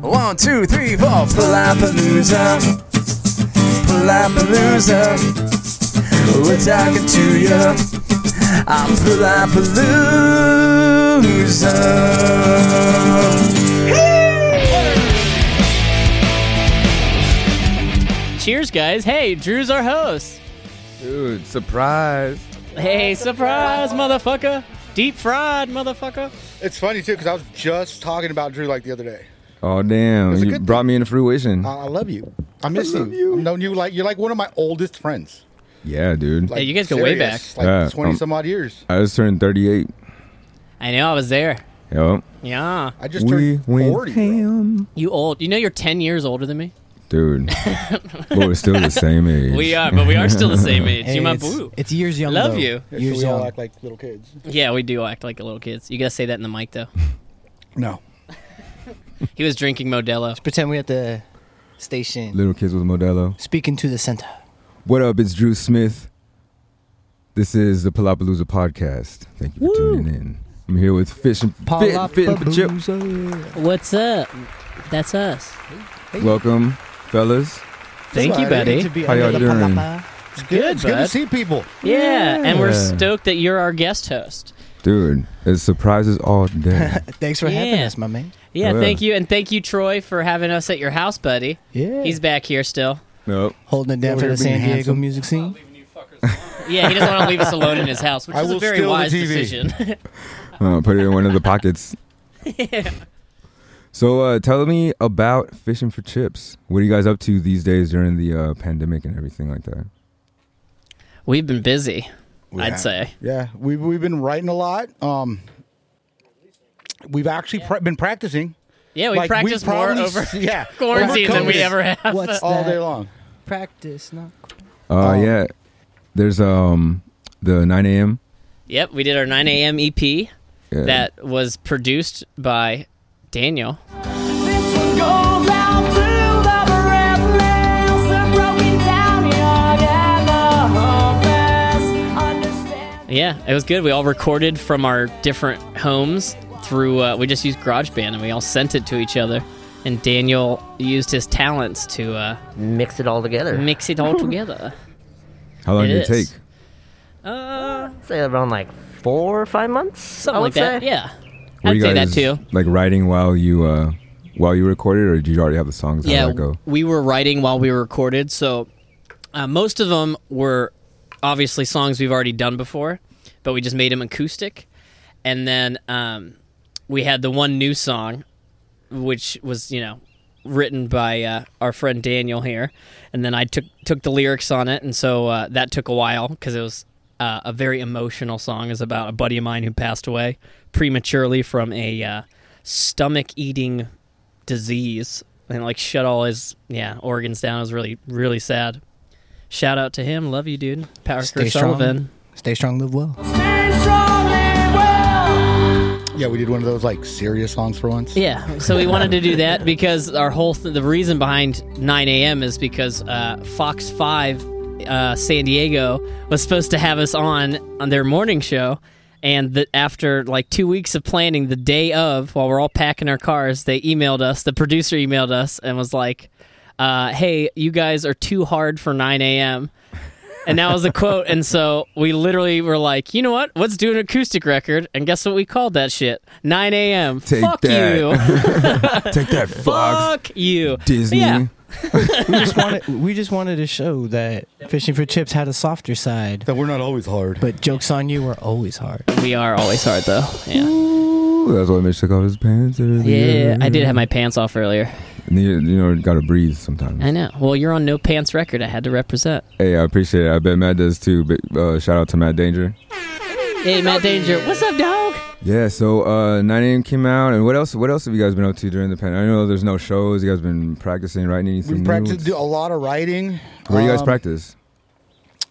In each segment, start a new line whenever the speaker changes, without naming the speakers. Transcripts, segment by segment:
One, two, three, four. Palapalooza. Palapalooza. We're talking to you. I'm Palapalooza.
Cheers, guys. Hey, Drew's our host.
Dude, surprise.
Hey, surprise, motherfucker. Deep fried, motherfucker.
It's funny too because I was just talking about Drew like the other day.
Oh, damn.
a
You
good Uh,
brought me into fruition.
I, I love you. I miss
love
you.
you.
I've known you like you're like one of my oldest friends.
yeah, dude.
Like,
you guys go way
serious,
back.
like
Yeah,
twenty
um,
some odd years.
I just turned 38.
I know, I was there.
Yo.
Yeah.
I just turned forty. bro.
ham.
You old. You know you're 10 years older than me?
Dude. but we're still the same age.
We are, but we are still the same age. you my
it's,
boo.
it's years young.
Love
though.
you.
Yeah, so
Years
we all
young.
act like little kids.
Yeah, we do act like little kids. You gotta say that in the mic, though.
No,
He was drinking Modelo.
Pretend we at the station.
Little Kids with Modelo.
Speaking to the center.
What up? It's Drew Smith. This is the Palapalooza podcast. Thank you for tuning in. I'm here with Fish and Fit, Fit and Chip.
Palapalooza.
What's up? That's us.
Welcome, fellas.
Thank you, buddy.
To be
How
under
y'all
the
doing?
palapa.
it's good.
good,
it's good
bud.
to see people.
Yeah, and we're
Yeah.
stoked that you're our guest host.
Dude, it's surprises all day.
Thanks for having
Yeah.
us, my man.
Yeah,
Yeah.
thank you, and thank you, Troy, for having us at your house, buddy.
Yeah.
He's back here still.
Yup.
holding it down for
Over
the San
here being
Diego
handsome.
music scene.
Yeah, he doesn't want to leave us alone in his house, which
I
is a
will
very
steal the
wise
TV.
decision.
Uh, put it in one of the pockets. So uh, tell me about fishing for chips. What are you guys up to these days during the uh, pandemic and everything like that?
We've been busy,
We
I'd
have.
say.
Yeah, we've we've been writing a lot. Um, we've actually pra- been practicing.
Yeah, we
Like,
practiced more
probably-
over
yeah
quarantine
over
than we
COVID
ever have.
What's
all
that?
day long.
Practice, no.
Uh,
Um,
yeah, there's um the 9 a.m.
Yep, we did our 9 a.m. EP
Yeah.
E that was produced by Daniel.
This one goes out through the breathless, a broken down yard and the hopeless. Understand.
Yeah, it was good. We all recorded from our different homes through. Uh, we just used GarageBand and we all sent it to each other. And Daniel used his talents to uh,
mix it all together.
mix it all together.
How long
it
did it take?
is. Uh,
say around like four or five months.
something
I
like
would
that.
say.
Yeah,
Were
I'd
you
say that
guys,
too.
Like writing while you uh while you recorded, or did you already have the songs? How did
yeah,
that go?
we were writing while we were recorded, so uh, most of them were obviously songs we've already done before, but we just made them acoustic, and then um, we had the one new song, which was you know written by uh, our friend Daniel here, and then I took took the lyrics on it, and so uh, that took a while because it was. Uh, a very emotional song is about a buddy of mine who passed away prematurely from a uh, stomach-eating disease and like shut all his yeah organs down. It was really really sad. Shout out to him. Love you, dude. Power
Stay
Stay
strong.
Sullivan.
Stay strong, live well.
Stand strong and well.
Yeah, we did one of those like serious songs for once.
Yeah. So we wanted to do that because our whole th- the reason behind 9 a.m. is because uh, Fox Five uh, San Diego was supposed to have us on on their morning show. And the, after like two weeks of planning, the day of, while we're all packing our cars, they emailed us. The producer emailed us and was like, uh, "Hey, you guys are too hard for 9 a.m." And that was the quote. And so we literally were like, you know what? Let's do an acoustic record. And guess what we called that shit? 9 a.m.
Take
Fuck
that.
you.
Take that, Fox,
Fuck you.
Disney.
Yeah.
We just wanted, we just wanted to show that fishing for chips had a softer side.
That we're not always hard.
But jokes on you were always hard.
We are always hard though.
Oh,
Yeah.
Ooh, that's why Mitch took off his pants.
Yeah. I did have my pants off earlier.
You, you know, gotta breathe sometimes.
I know. Well, you're on No Pants Record. I had to represent.
Hey, I appreciate it. I bet Matt does too. But uh, shout out to Matt Danger.
Hey, Matt Danger. What's up, dog?
Yeah, so uh, 9 a.m. came out, and what else? What else have you guys been up to during the pandemic? I know there's no shows. You guys been practicing, writing anything
We've
new?
practiced do a lot of writing.
Where do you guys
Um,
practice?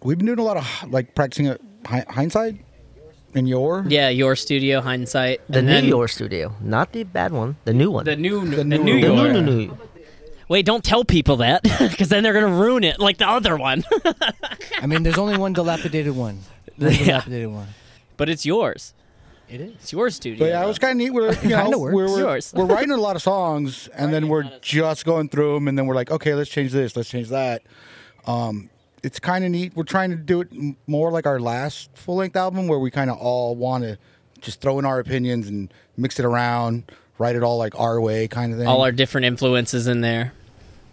We've been doing a lot of like practicing at Hi- hindsight and your
Yeah, your studio, hindsight.
The
and
New
then
York studio, not the bad one, the new one.
The new, the
The
new,
new
the
one.
York.
new, new, new.
Wait, don't tell people that, because then they're gonna ruin it, like the other one.
I mean, there's only one dilapidated one. One
Yeah.
dilapidated one.
but it's yours.
It is.
It's your studio.
But yeah, it was kind of neat. We're, you know,
Kinda
we're,
works.
we're,
Yours.
we're writing a lot of songs, and then we're just going through them, and then we're like, okay, let's change this, let's change that. Um, it's kind of neat. We're trying to do it m- more like our last full length album, where we kind of all want to just throw in our opinions and mix it around, write it all like our way, kind of thing.
all our different influences in there.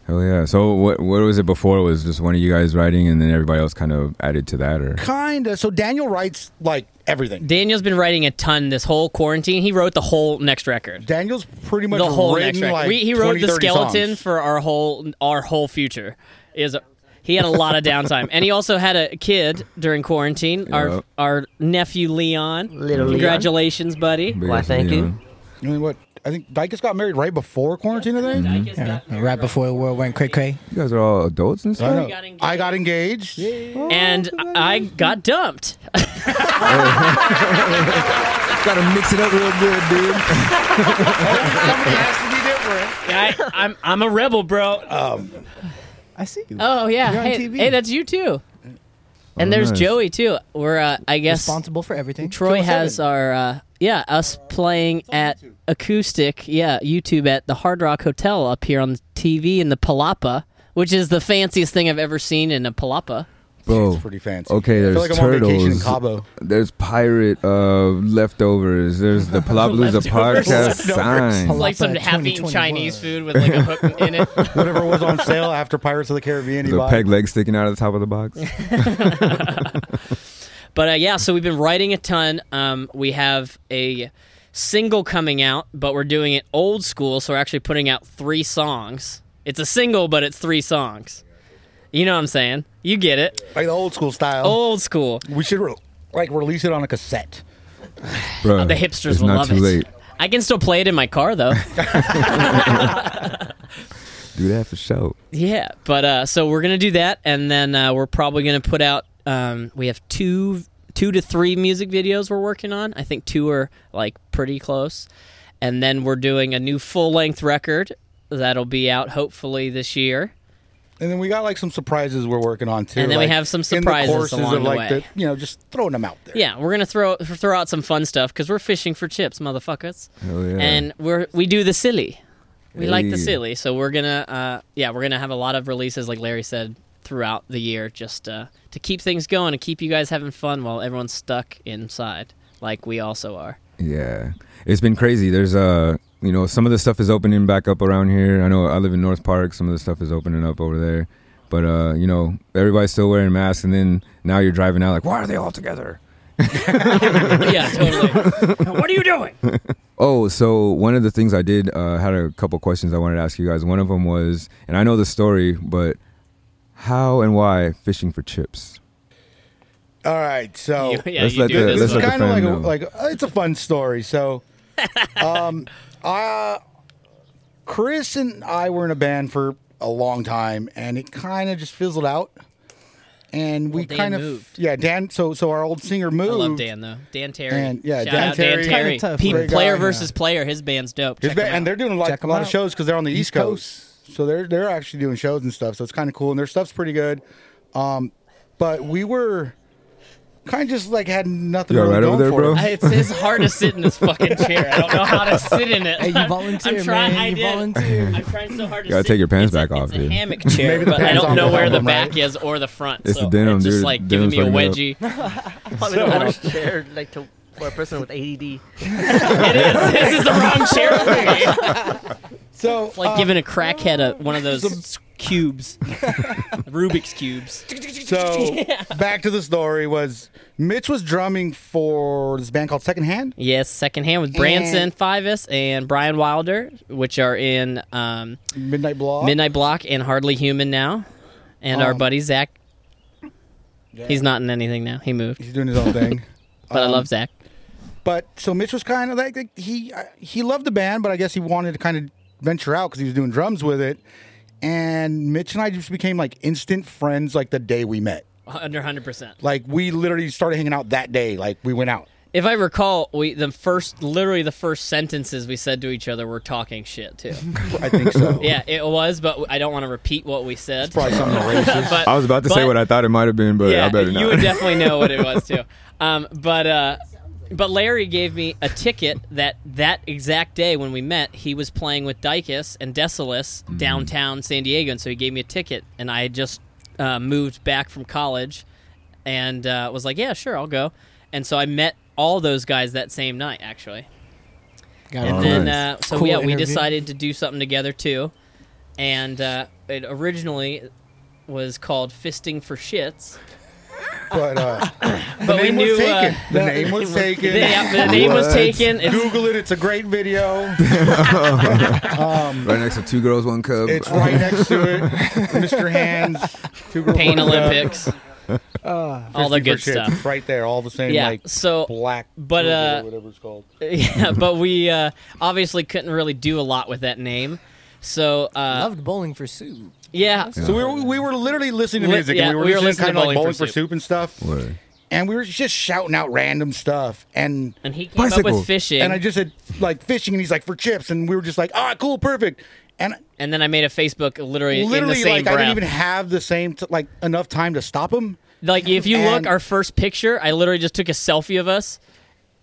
Hell yeah! So what what was it before? Was just one of you guys writing, and then everybody else kind of added to that, or
kind of. So Daniel writes like everything.
Daniel's been writing a ton this whole quarantine. He wrote the whole next record.
Daniel's pretty much
The whole next
written,
record.
like,
we, he wrote
20,
the
30
skeleton
songs.
for our whole our whole future. Is he had a lot of downtime, and he also had a kid during quarantine. Our
Yep.
our nephew Leon.
Little Leon.
Congratulations, buddy.
uh, Why, thank you.
I mean, what? I think Dykus got married right before quarantine. I think.
Yeah, right before the world went cray cray.
You guys are all adults and
I,
stuff.
know. I got engaged.
And I got dumped.
Gotta mix it up real good, dude.
Somebody has to be different.
I, I'm I'm a rebel, bro.
I see you.
Oh yeah,
You're on
hey,
TV.
hey, that's you too. And there's
Oh, nice.
Joey too. We're uh, I guess
Responsible for everything.
Troy has our uh, yeah us playing at acoustic yeah YouTube at the Hard Rock Hotel up here on the TV in the Palapa, which is the fanciest thing I've ever seen in a Palapa.
Bro,
It's pretty fancy.
Okay,
I
there's
feel like I'm on
turtles.
vacation in Cabo.
There's pirate uh, leftovers. There's the Palapalooza
Leftovers.
podcast sign.
Leftovers.
Like
Palapa
some happy
2021.
Chinese food with like a hook in it.
Whatever was on sale after Pirates of the Caribbean. he
The
bought.
peg leg sticking out of the top of the box.
But uh, yeah, so we've been writing a ton. Um, we have a single coming out, but we're doing it old school, so we're actually putting out three songs. It's a single, but it's three songs. You know what I'm saying? You get it.
like the old school style.
Old school.
We should re- like release it on a cassette.
Bro,
The hipsters
it's
will
not
love
too
it.
late.
I can still play it in my car though.
Do that for sure.
yeah, but uh, so we're gonna do that, and then uh, we're probably gonna put out. Um, we have two, two to three music videos we're working on. I think two are like pretty close, and then we're doing a new full length record that'll be out hopefully this year.
And then we got like some surprises we're working on too.
And then we
like,
have some
in the
surprises
courses
along
of,
the
like,
way.
you know, just throwing them out there.
Yeah, we're gonna throw throw out some fun stuff because we're fishing for chips, motherfuckers.
Hell yeah.
And we're we do the silly. We like the
Hey.
silly, so we're gonna uh, yeah we're gonna have a lot of releases like Larry said throughout the year just uh, to keep things going and keep you guys having fun while everyone's stuck inside like we also are.
Yeah, it's been crazy. There's uh, you know, some of the stuff is opening back up around here. I know I live in North Park. Some of the stuff is opening up over there, but uh, you know, everybody's still wearing masks. And then now you're driving out like, why are they all together?
yeah, totally.
What are you doing?
Oh, so one of the things I did uh, had a couple questions I wanted to ask you guys. One of them was, and I know the story, but how and why fishing for chips?
All right. So
You- yeah,
Let's
you
let
do
the-
this.
let's
it's
one.
let
kind
the
of like a,
fan know.
like uh, it's a fun story. So, um, uh, Chris and I were in a band for a long time, and it kind of just fizzled out. And we
Well, Dan
kind of
moved.
yeah, Dan. So so our old singer
I
moved.
love Dan though. Dan Terry.
And, yeah,
Shout
Dan
out Dan
Terry.
Terry.
Kinda tough
Pe-
guy,
player
yeah.
versus player. His band's dope.
His
Check
band-
him out.
and they're doing like
Check
a
'em
lot of
out.
shows because they're on the East,
East
Coast. so they're they're actually doing shows and stuff. So it's kind of cool, and their stuff's pretty good. Um, but we were kind of just like had nothing
You all
really
right
going
over there,
for
bro?
us.
I- It's his hard to sit in this fucking chair. I don't know how to sit in it.
Hey, you volunteer,
I'm trying,
man.
I
You
did.
volunteer.
I'm trying so hard to
You gotta
sit.
take your pants
It's a-
back off,
It's a
dude.
hammock chair,
Maybe the
but I
pants
don't
aren't
know
the
where the
problem, right?
back is or the front.
It's
so
the denim,
it's just
dude.
like
Denim's
giving me a
fucking
wedgie.
Probably the worst chair like to for a person with ADD.
it is. This is the wrong chair for me.
So
It's like
uh,
giving a crackhead a, one of those s- cubes, Rubik's cubes.
So back to the story was Mitch was drumming for this band called Secondhand.
Yes, secondhand with Branson Fivis and Brian Wilder, which are in um,
Midnight Blog.
Midnight Block and Hardly Human now, and our
Oh.
Um,
buddy Zach. He's not in anything now. He moved,
He's doing his own thing.
but
Um,
I love Zach.
but so Mitch was kind of like, like, he uh, he loved the band, but I guess he wanted to kind of venture out because he was doing drums with it. And Mitch and I just became like instant friends like the day we met.
Under hundred percent.
Like we literally started hanging out that day. Like we went out.
If I recall, we the first, literally the first sentences we said to each other were talking shit too.
I think so.
yeah, it was, but I don't want to repeat what we said.
Probably something racist.
But-
I was about to say
but-
what Oh, I thought it might have been, but
yeah,
I better
you would
not.
definitely know what it was too. Um, but uh, But Larry gave me a ticket that that exact day when we met, he was playing with Dykus and Desolus
Mm-hmm.
downtown San Diego, and so he gave me a ticket, and I had just uh, moved back from college, and uh, was like, "Yeah, sure, I'll go," and so I met all those guys that same night, actually.
Got
And
Oh,
then,
nice.
uh, so
Cool
yeah, we
interview.
decided to do something together too, and uh, it originally was called Fisting for Shits.
But uh, the
But we
name
knew,
was taken.
uh,
the name was taken.
Yeah, the name was
What?
taken. It's
Google it. It's a great video.
Right next to two girls, one cub.
It's right next to it. Mr. Hands. Two girls,
Pain
one cup,
Olympics, all the
Fifty for
good
shits.
stuff.
It's right there. All the same.
yeah.
Ah, Like
so,
black.
but,
Google or
uh,
whatever it's called.
yeah, but we uh, obviously couldn't really do a lot with that name. So, uh,
Loved bowling for Sue.
yeah,
So we were, we were literally listening to
Li-
music.
yeah,
and we were,
we were
listening
listening
kind
to
of like
Bowling
Bowling
for
for Soup and stuff.
Word.
And we were just shouting out random stuff. And
and he came up
Bicycle.
with fishing,
and I just said like fishing, and he's like for chips, and we were just like, ah, cool, perfect. And
and then I made a Facebook literally, in the
literally,
same
like I
breath.
didn't even have the same t- like enough time to stop him.
Like if you
And-
look, our first picture, I literally just took a selfie of us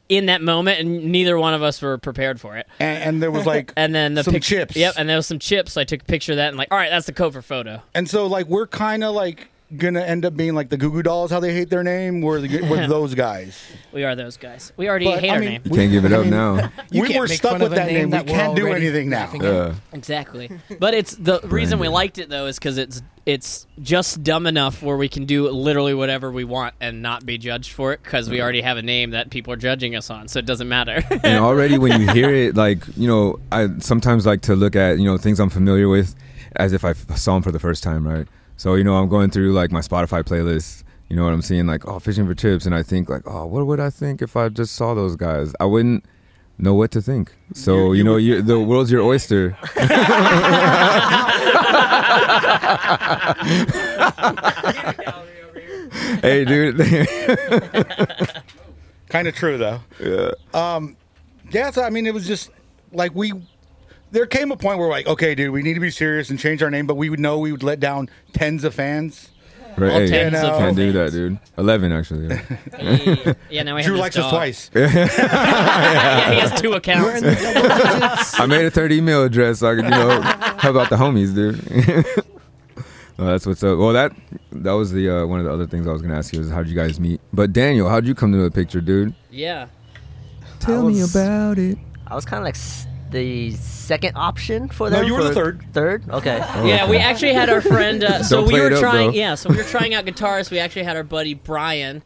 in that moment, and neither one of us were prepared for it.
And, and there was like,
And then the
Some
pic-
chips.
Yep, and there was some chips. So I took a picture of that, and like, all right, that's the cover photo.
and so like we're kind of like gonna end up being like the Goo Goo Dolls, how they hate their name. We're the, we're those guys.
We are those guys. We already
But,
hate
I
our
mean,
name.
Can't give it up now.
we were stuck with that name. we can't do anything now.
Yeah.
Exactly. But it's the reason we liked it though is because it's it's just dumb enough where we can do literally whatever we want and not be judged for it because we already have a name that people are judging us on, so it doesn't matter.
and already when you hear it, like you know, I sometimes like to look at you know things I'm familiar with as if I f- saw them for the first time, right? So you know, I'm going through like my Spotify playlist. You know what I'm seeing? Like, oh, fishing for chips, and I think like, oh, what would I think if I just saw those guys? I wouldn't know what to think. So you, know, you the world's your oyster. hey, dude.
Kind of true though. Yeah. Um, yeah. So I mean, it was just like we. There came a point where we're like, okay, dude, we need to be serious and change our name, but we would know we would let down tens of fans.
Right, hey,
tens
of
can't do
things.
that, dude. Eleven, actually. yeah.
yeah, now we have
Drew
this
likes us
dog.
twice.
yeah, he has two
We're
accounts.
in the double digits.
I made a 30 email address so I could, you know, help out the homies, dude. well, that's what's up. Well, that that was the uh, one of the other things I was gonna ask you is how'd you guys meet? But Daniel, how'd you come to the picture, dude?
yeah.
Tell me about it.
I was kind of like s- the second option for
No,
them.
you were the
for-
third.
Third? Okay.
Yeah, we actually had our friend. Uh, so
Don't
we
play
were
it up,
trying.
bro.
Yeah, so we were trying out guitars. We actually had our buddy Brian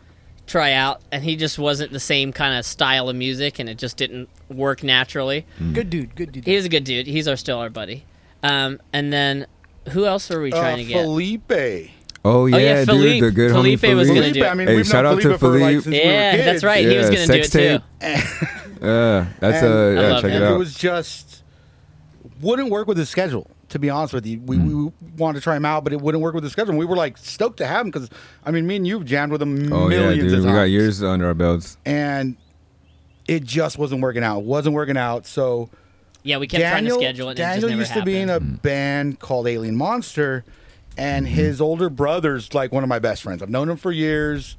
try out, and he just wasn't the same kind of style of music, and it just didn't work naturally.
Good dude. Good dude.
He was a good dude. He's our still our buddy. Um, and then who else were we trying
Uh,
to get?
Felipe.
Oh yeah,
yeah, Felipe-
dude, the good homie
Felipe was
Felipe.
gonna do it.
I mean,
Hey,
we've
shout
known
out to
Felipe for like
Felipe.
since we were
yeah,
kids.
that's right. he
Yeah,
was going to do it
sex
too.
tape. Yeah, that's
And-
uh,
I
yeah,
love
check
that.
it
And
out.
it was just wouldn't work with his schedule. To be honest with you, we,
Hmm.
we wanted to try him out, but it wouldn't work with the schedule. And we were like stoked to have him because I mean, me and you jammed with him
oh yeah,
millions
dude, we
of times.
got years under our belts.
and it just wasn't working out. Wasn't working out. So
Yeah, we kept
Daniel,
trying to schedule it. And
Daniel
it just
used
never
to be in a band called Alien Monster, and his older brother's like one of my best friends. I've known him for years,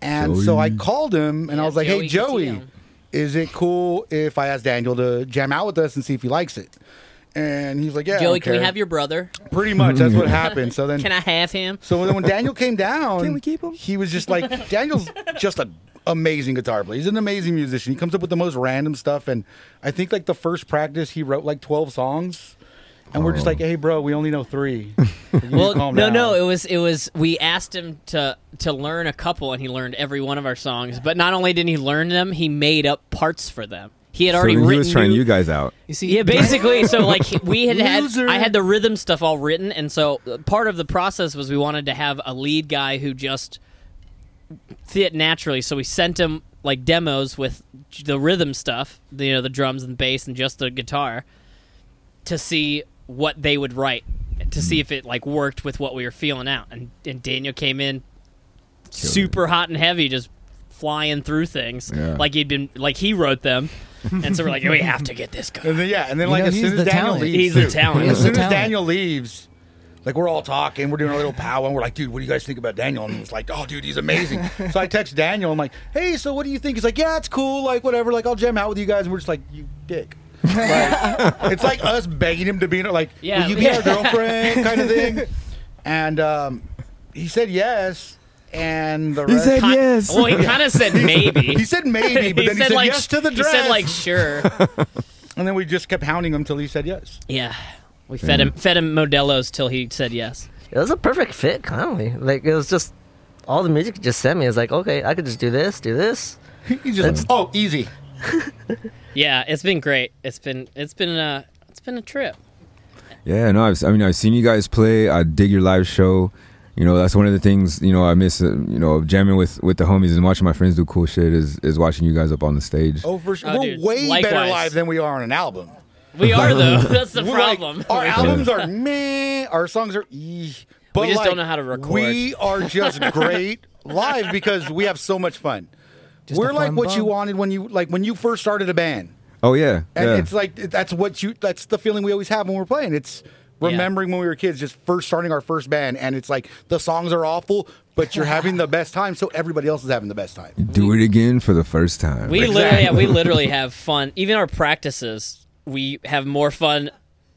and so I
Joey.
called him and I
Yeah,
was like,
Joey
"Hey, Joey,
Cotillo.
is it cool if I ask Daniel to jam out with us and see if he likes it?" And he's like, "Yeah, I
Joey,
don't
can we
care."
have your brother?
Pretty much that's what happened. So then,
Can I have him?
so then when Daniel came down,
Can we keep him?
He was just like Daniel's just an amazing guitar player. He's an amazing musician. He comes up with the most random stuff, and I think like the first practice he wrote like twelve songs, and
Oh.
we're just like, hey, bro, we only know three. You need to
Well, no,
calm down."
no, it was it was we asked him to to learn a couple, and he learned every one of our songs. But not only did he learn them, he made up parts for them. He had
So
already
then he
written.
was trying
new-
you guys out.
You see,
Yeah, basically. so like he- we had had
Loser.
I had the rhythm stuff all written, and so uh, part of the process was we wanted to have a lead guy who just fit naturally. So we sent him like demos with j- the rhythm stuff, the, you know, the drums and bass and just the guitar, to see what they would write, to see if it like worked with what we were feeling out. And and Daniel came in super hot and heavy, just flying through things
Yeah.
like he'd been like he wrote them. and so we're like, we have to get this guy.
And then yeah, and then
You
like
know,
as
he's
soon as
the
Daniel
talent.
leaves,
He's a
too.
talent.
He's
As
the
soon as
talent.
Daniel leaves, Like we're all talking, we're doing a little pow, and we're like, dude, what do you guys think about Daniel? And he was like, oh, dude, he's amazing. so I text Daniel, I'm like, hey, so what do you think? He's like, yeah, it's cool, like whatever, like I'll jam out with you guys. And we're just like, you dick. Like, it's like us begging him to be in it, like,
Yeah.
will you be our girlfriend, kind of thing. And um, he said yes, and the
He
rest-
said
Ki-
yes.
Well, he kind of said maybe.
he said maybe, but then he said
like,
yes to the
He
dress.
said like sure.
and then we just kept hounding him till he said yes.
yeah. We fed him fed him Modelo's till he said yes.
It was a perfect fit, Conley. Like it was just all the music just sent me. It's like, okay, I could just do this, do this.
He just oh easy.
Yeah, it's been great. It's been it's been a it's been a trip.
Yeah, no, I've, I mean, I've seen you guys play. I dig your live show. You know, that's one of the things you know I miss. Uh, you know, jamming with with the homies and watching my friends do cool shit is is watching you guys up on the stage.
Oh, for sure.
Oh,
We're
dude.
way better
Likewise.
live than we are on an album.
We are though. That's the
We're like-
problem.
our albums are meh. Our songs are eh. But
just
like,
don't know how to record.
We are just great live because we have so much fun.
Just
We're
a
like
fun
what you
bum.
wanted when you like when you first started a band,
Oh yeah,
and
yeah.
it's like that's what you that's the feeling we always have when we're playing. It's remembering when we were kids, just first starting our first band, and it's like the songs are awful, but you're having the best time, so everybody else is having the best time.
do it again for the first time.
we
Exactly.
literally yeah, we literally have fun. Even our practices, we have more fun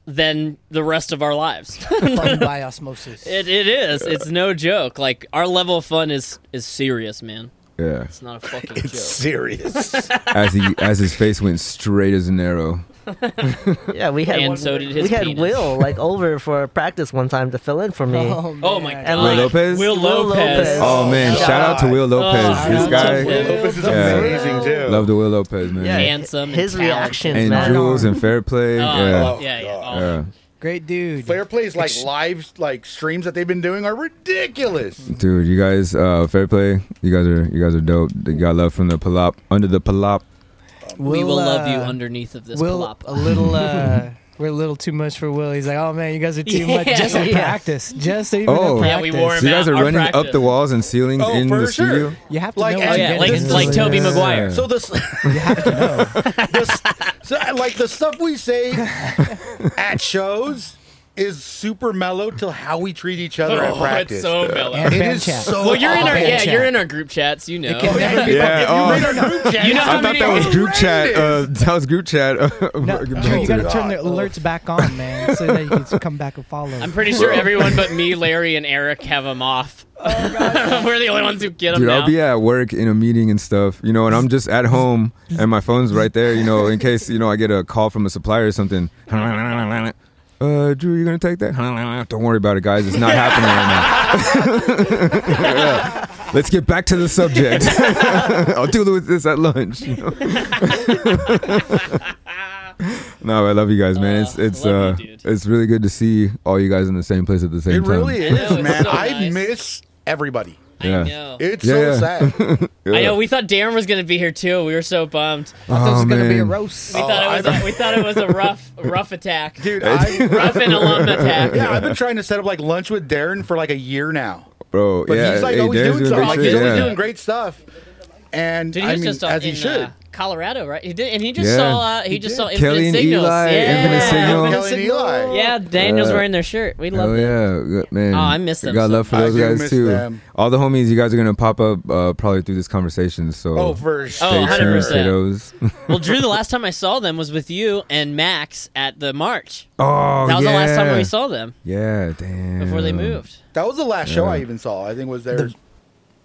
than the rest of our lives.
Fun by osmosis.
It, it is. It's no joke. Like our level of fun is is serious, man.
yeah,
It's not a fucking
It's
joke.
serious.
as he as his face went straight as an arrow.
Yeah, we had
And
one-
so did his
we had
penis.
Will like over for practice one time to fill in for me.
Oh my god.
And like- Will
Lopez?
Will
Will
Lopez.
Lopez.
Oh, man,
God.
shout out to Will Lopez.
Oh,
this
shout out to
guy,
Will.
Opus is
Yeah.
amazing too.
love the Will Lopez man.
Yeah,
Handsome and
His
talented.
reactions,
And
man.
Jules and Fair Play.
Oh, yeah,
yeah.
yeah.
God.
Oh.
yeah.
Great dude.
Fair Play's like live like streams that they've been doing are ridiculous.
Dude, you guys, uh, fair play. You guys are you guys are dope. You got love from the palop under the palop.
we will love you
uh,
underneath of this
Will
palapa.
a little. uh We're a little too much for Will. He's like, oh man, you guys are too
Yeah.
much. Just in
Yeah.
practice, just even in
Oh.
practice.
Yeah,
we wore him
So you guys
out,
are
our
running up
practice.
the walls and ceilings
Oh,
in
for
the
sure.
studio.
You have to
Like,
know. what
and-
you're
yeah,
getting
like
into.
like Toby
Yeah.
Maguire.
So this
You have to know.
this so, uh, like the stuff we say at shows is super mellow to how we treat each other at
Oh,
practice.
it's so mellow.
And
It
fan
is
chat.
so
well, you're in our
fan
yeah,
chat.
you're in our group chats. You know.
Oh, yeah, you-
Yeah,
you
oh.
read our group chat.
You know
I
how
thought
many-
that was group
Rated.
chat. Uh, that was group chat.
No, dude, you got to turn the alerts back on, man, so that you can come back and follow.
I'm pretty sure everyone but me, Larry, and Eric have them off. We're the only ones who get them
Dude,
now.
I'll be at work in a meeting and stuff, you know, and I'm just at home and my phone's right there, you know, in case, you know, I get a call from a supplier or something. Uh, Drew, you gonna take that? Don't worry about it, guys. It's not happening right now. Yeah. Let's get back to the subject. I'll deal with this at lunch. you know. no, I love you guys, man. It's
Uh,
it's uh,
love you, dude.
it's really good to see all you guys in the same place at the same
It
time.
really
I know,
is,
it's
man.
so
I
nice.
miss everybody.
Yeah.
I know.
It's
Yeah.
so sad.
I know. We thought Darren was gonna be here too. We were so bummed.
I thought it was
Oh,
gonna be a
man.
roast.
We thought it was a, we thought it was a rough rough attack,
Dude, I
rough and alum attack.
yeah, I've been trying to set up like lunch with Darren for like a year now.
bro.
But
yeah,
he's like
hey,
always doing
Darren's
something.
great
Like,
shit,
he's
yeah.
always doing great stuff. And
Dude, he
I
was
mean,
just
as
in
he should.
Uh, Colorado, right? He did, and he just
Yeah.
saw uh, he, just saw Infinite
Kelly and
Signals.
Eli,
yeah.
Infinite Signal.
Kelly and Eli.
Yeah, Daniel's
Yeah.
wearing their shirt. We love
Hell
it.
yeah, good- man.
Oh, I miss them
Got
so
love for
much.
those
I do
guys
miss
too.
them.
All the homies, you guys are gonna pop up uh, probably through this conversation. So
Oh, for sure.
Oh,
stay tuned,
100%.
kiddos.
Well, Drew, the last time I saw them was with you and Max at the march.
oh,
That was
yeah.
the last time we saw them
Yeah, damn.
before they moved.
That was the last show I even saw. I think was their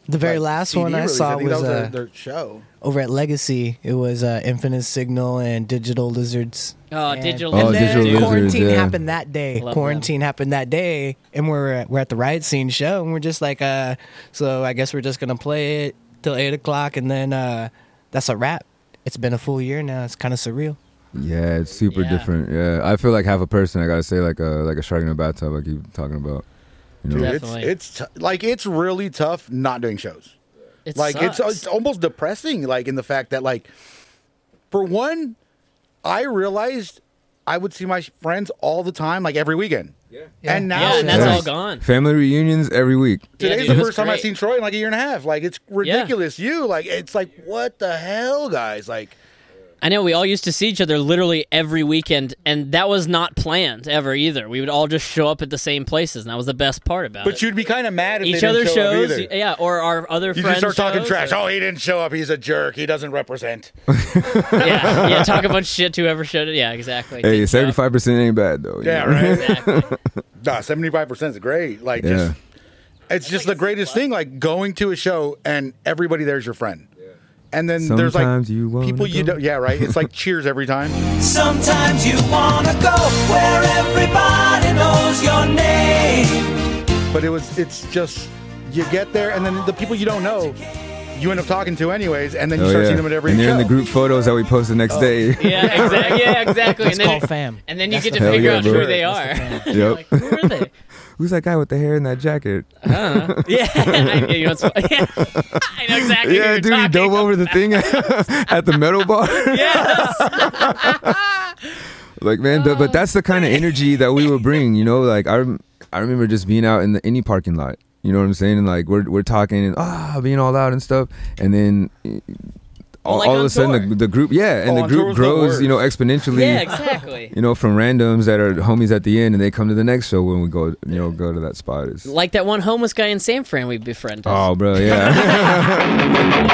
The very
like,
last
CD
one I
release.
saw
think
was,
that their,
uh,
their show.
over at Legacy. It was uh, Infinite Signal and Digital Lizards.
Oh,
and,
Digital
and
Oh,
then
Digital Lizards,
quarantine
yeah.
happened that day.
Love
quarantine happened that day, and we're we're at the Riot Scene show, and we're just like, uh, so I guess we're just gonna play it till eight o'clock, and then uh, that's a wrap. It's been a full year now. It's kind of surreal.
Yeah, it's super
Yeah.
different. Yeah, I feel like half a person. I gotta say, like a like a shark in a bathtub. I keep talking about. You know,
Dude,
It's
Definitely.
it's t- like it's really tough not doing shows.
It
like it's uh,
sucks.
it's almost depressing. Like in the fact that like, for one, I realized I would see my friends all the time, like every weekend. Yeah. And now
yeah, and that's
Yeah.
all gone.
family reunions every week.
Yeah, dude,
Today's the
it's
first time I've
great.
seen Troy in like a year and a half. Like it's ridiculous. You like it's like what the hell, guys? Like
I know we all used to see each other literally every weekend, and that was not planned ever either. We would all just show up at the same places, and that was the best part about
But
it.
you'd be kind of mad if
Uh, each
they didn't
other
show up
shows,
either.
yeah, or our other
you
friends
just start talking
shows,
trash.
or-
Oh, he didn't show up. He's a jerk. He doesn't represent.
yeah, yeah, talk a bunch of shit to whoever showed it. Yeah, exactly.
Hey,
Good stuff.
seventy five percent ain't bad though. you
Yeah,
know?
right.
Exactly.
Nah, seventy five percent is great. Like, just it's just the greatest thing. Like going to a show and everybody there's your friend. And then there's like
Sometimes you wanna
people you
go.
don't. Yeah, right. It's like Cheers every time.
Sometimes you wanna go where everybody knows your name.
But it was. It's just you get there, and then the people you don't know, you end up talking to anyways, and then you
Oh,
start
yeah.
seeing them at every
and they're
show.
in the group photos that we post the next day.
Oh, Yeah, exactly. Yeah, exactly.
It's
and then
called fam.
And then you
That's
get
the
to
fam.
figure
Hell
out
yeah,
who
bro.
they
That's the
are.
fam.
You're
Yep.
like, who are they?
Who's that guy with the hair and that jacket?
Uh-huh.
Yeah, I, you know, it's, yeah, I know exactly. who
yeah,
you're
dude, he
talking
dove over the thing at the metal bar.
Yes.
like man but, but that's the kind of energy that we would bring you know like i, rem- I remember just being out in the any parking lot you know what i'm saying and like we're, we're talking and ah being all loud and stuff and then eh, all,
like
all of
on
a sudden
tour.
the, the group yeah and
Oh,
the
on tour
group
was the
grows you know
worst.
exponentially
yeah, exactly.
you know from randoms that are homies at the end and they come to the next show when we go you know go to that spot it's,
Like that one homeless guy in San Fran we befriended.
oh bro yeah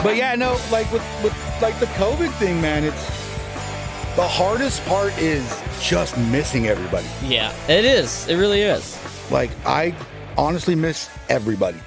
But yeah, no, like with, with like the COVID thing, man, it's the hardest part is just missing everybody.
Yeah, it is. It really is.
Like I honestly miss everybody.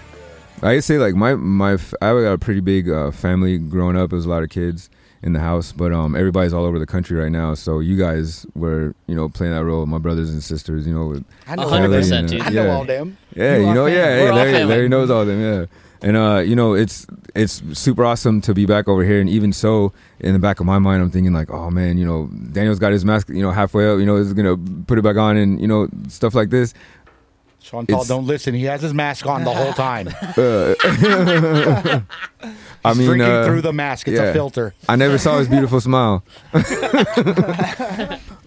I say like my my f- I got a pretty big uh, family growing up. There was a lot of kids in the house, but um everybody's all over the country right now. So you guys were you know playing that role. My brothers and sisters, you know, with uh,
I
A hundred
all them.
percent, dude.
I know
Yeah.
all them.
yeah,
You
you,
are
know,
family.
yeah,
We're
yeah
all
Larry,
family.
Larry knows all them, yeah. And uh, you know, it's it's super awesome to be back over here. And even so, in the back of my mind, I'm thinking like, oh man, you know, Daniel's got his mask, you know, halfway up. You know, is gonna put it back on, and you know, stuff like this.
Sean
It's-
don't listen. He has his mask on the whole time.
I Uh, mean,
Drinking
uh,
through the mask. It's
yeah.
a filter.
I never saw his beautiful smile.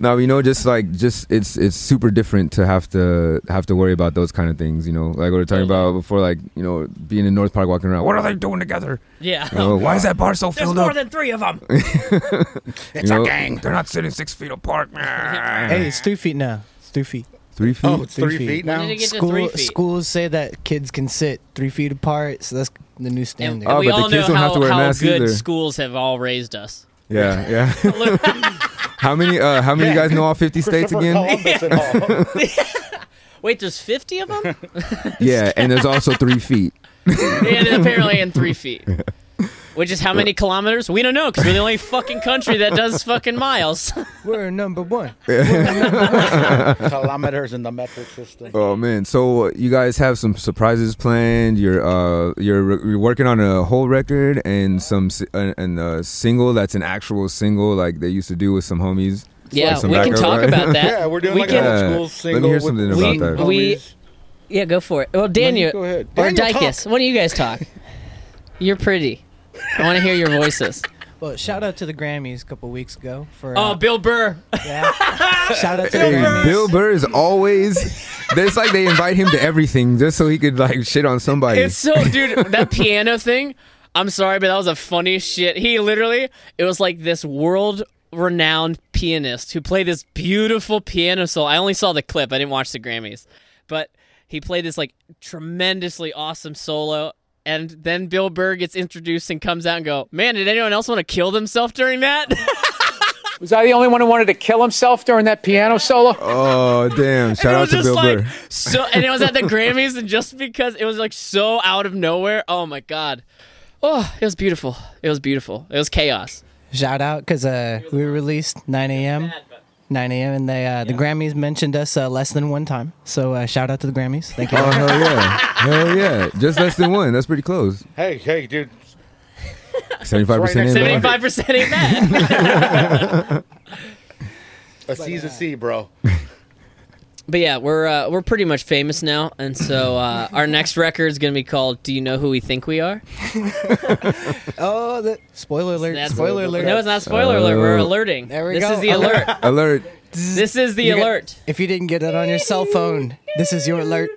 no, you know, just like just it's it's super different to have to have to worry about those kind of things. You know, like we were talking about before, like you know, being in North Park walking around. What are they doing together?
Yeah.
You know, why is that bar so filled up?
than three of them.
It's
You know,
a gang.
They're not sitting six feet apart.
Hey, it's two feet now. It's two feet.
Three feet.
Oh, it's three
Three feet.
feet now.
When did it get to
School,
three feet?
Schools say that kids can sit three feet apart, so that's the new
And,
standard.
and
Oh,
we
but the
all know
kids don't
how,
have to wear
how
masks
good
either.
schools have all raised us.
Yeah, yeah. how many? Uh, how many you guys know all fifty states
Christopher
again?
Columbus and all.
Wait, there's 50 of them?
Yeah, and there's also three feet.
and apparently in three feet. Which is how many kilometers? We don't know because we're the only fucking country that does fucking miles.
We're number one.
Kilometers in the metric system.
Oh man! So uh, you guys have some surprises planned. You're uh you're, you're working on a whole record and some si- and, and a single that's an actual single like they used to do with some homies.
Yeah,
Like some
we can
backup,
talk
right?
about that.
Yeah, we're doing
we
like
can,
an
Yeah.
old
Let
school
me
single.
hear something
with,
about
with
that.
We-
homies.
yeah, go for it. Well, Daniel,
go ahead.
or
Daniel, talk.
Dykus, why don't you guys talk? You're pretty. I want to hear your voices.
Well, shout out to the Grammys a couple weeks ago for.
Oh,
Uh,
Bill Burr.
yeah.
Oh,
shout out to the
Hey,
Grammys.
Bill Burr is always. it's like they invite him to everything just so he could like shit on somebody.
It's so, dude, that piano thing. I'm sorry, but that was the funniest shit. He literally, it was like this world renowned pianist who played this beautiful piano solo. I only saw the clip, I didn't watch the Grammys. But he played this like tremendously awesome solo. And then Bill Burr gets introduced and comes out and go, Man, did anyone else want to kill themselves during that?
Was I the only one who wanted to kill himself during that piano solo?
oh damn! Shout
it
out
was
to
just
Bill
like
Burr.
so and it was at the grammys and just because it was like so out of nowhere oh my god oh it was beautiful it was beautiful it was chaos
Shout out because uh, we were released 9 a.m. 9 a.m. and they, uh, the Grammys mentioned us uh, less than one time. So uh, shout out to the Grammys. Thank you.
Oh hell yeah! hell yeah! Just less than one. That's pretty close.
Hey, hey, dude.
Seventy-five
next
percent.
to me.
75% ain't bad
A C's a C, bro.
but yeah we're uh, we're pretty much famous now and so uh, our next record is gonna be called do you know who we think we are
Oh, the, spoiler alert!
That's-
spoiler alert!
no it's not spoiler alert we're
Oh.
alerting
There we
this
go.
is the alert
Alert!
This is the
You got-
alert.
If you didn't get it on your cell phone, this is your alert.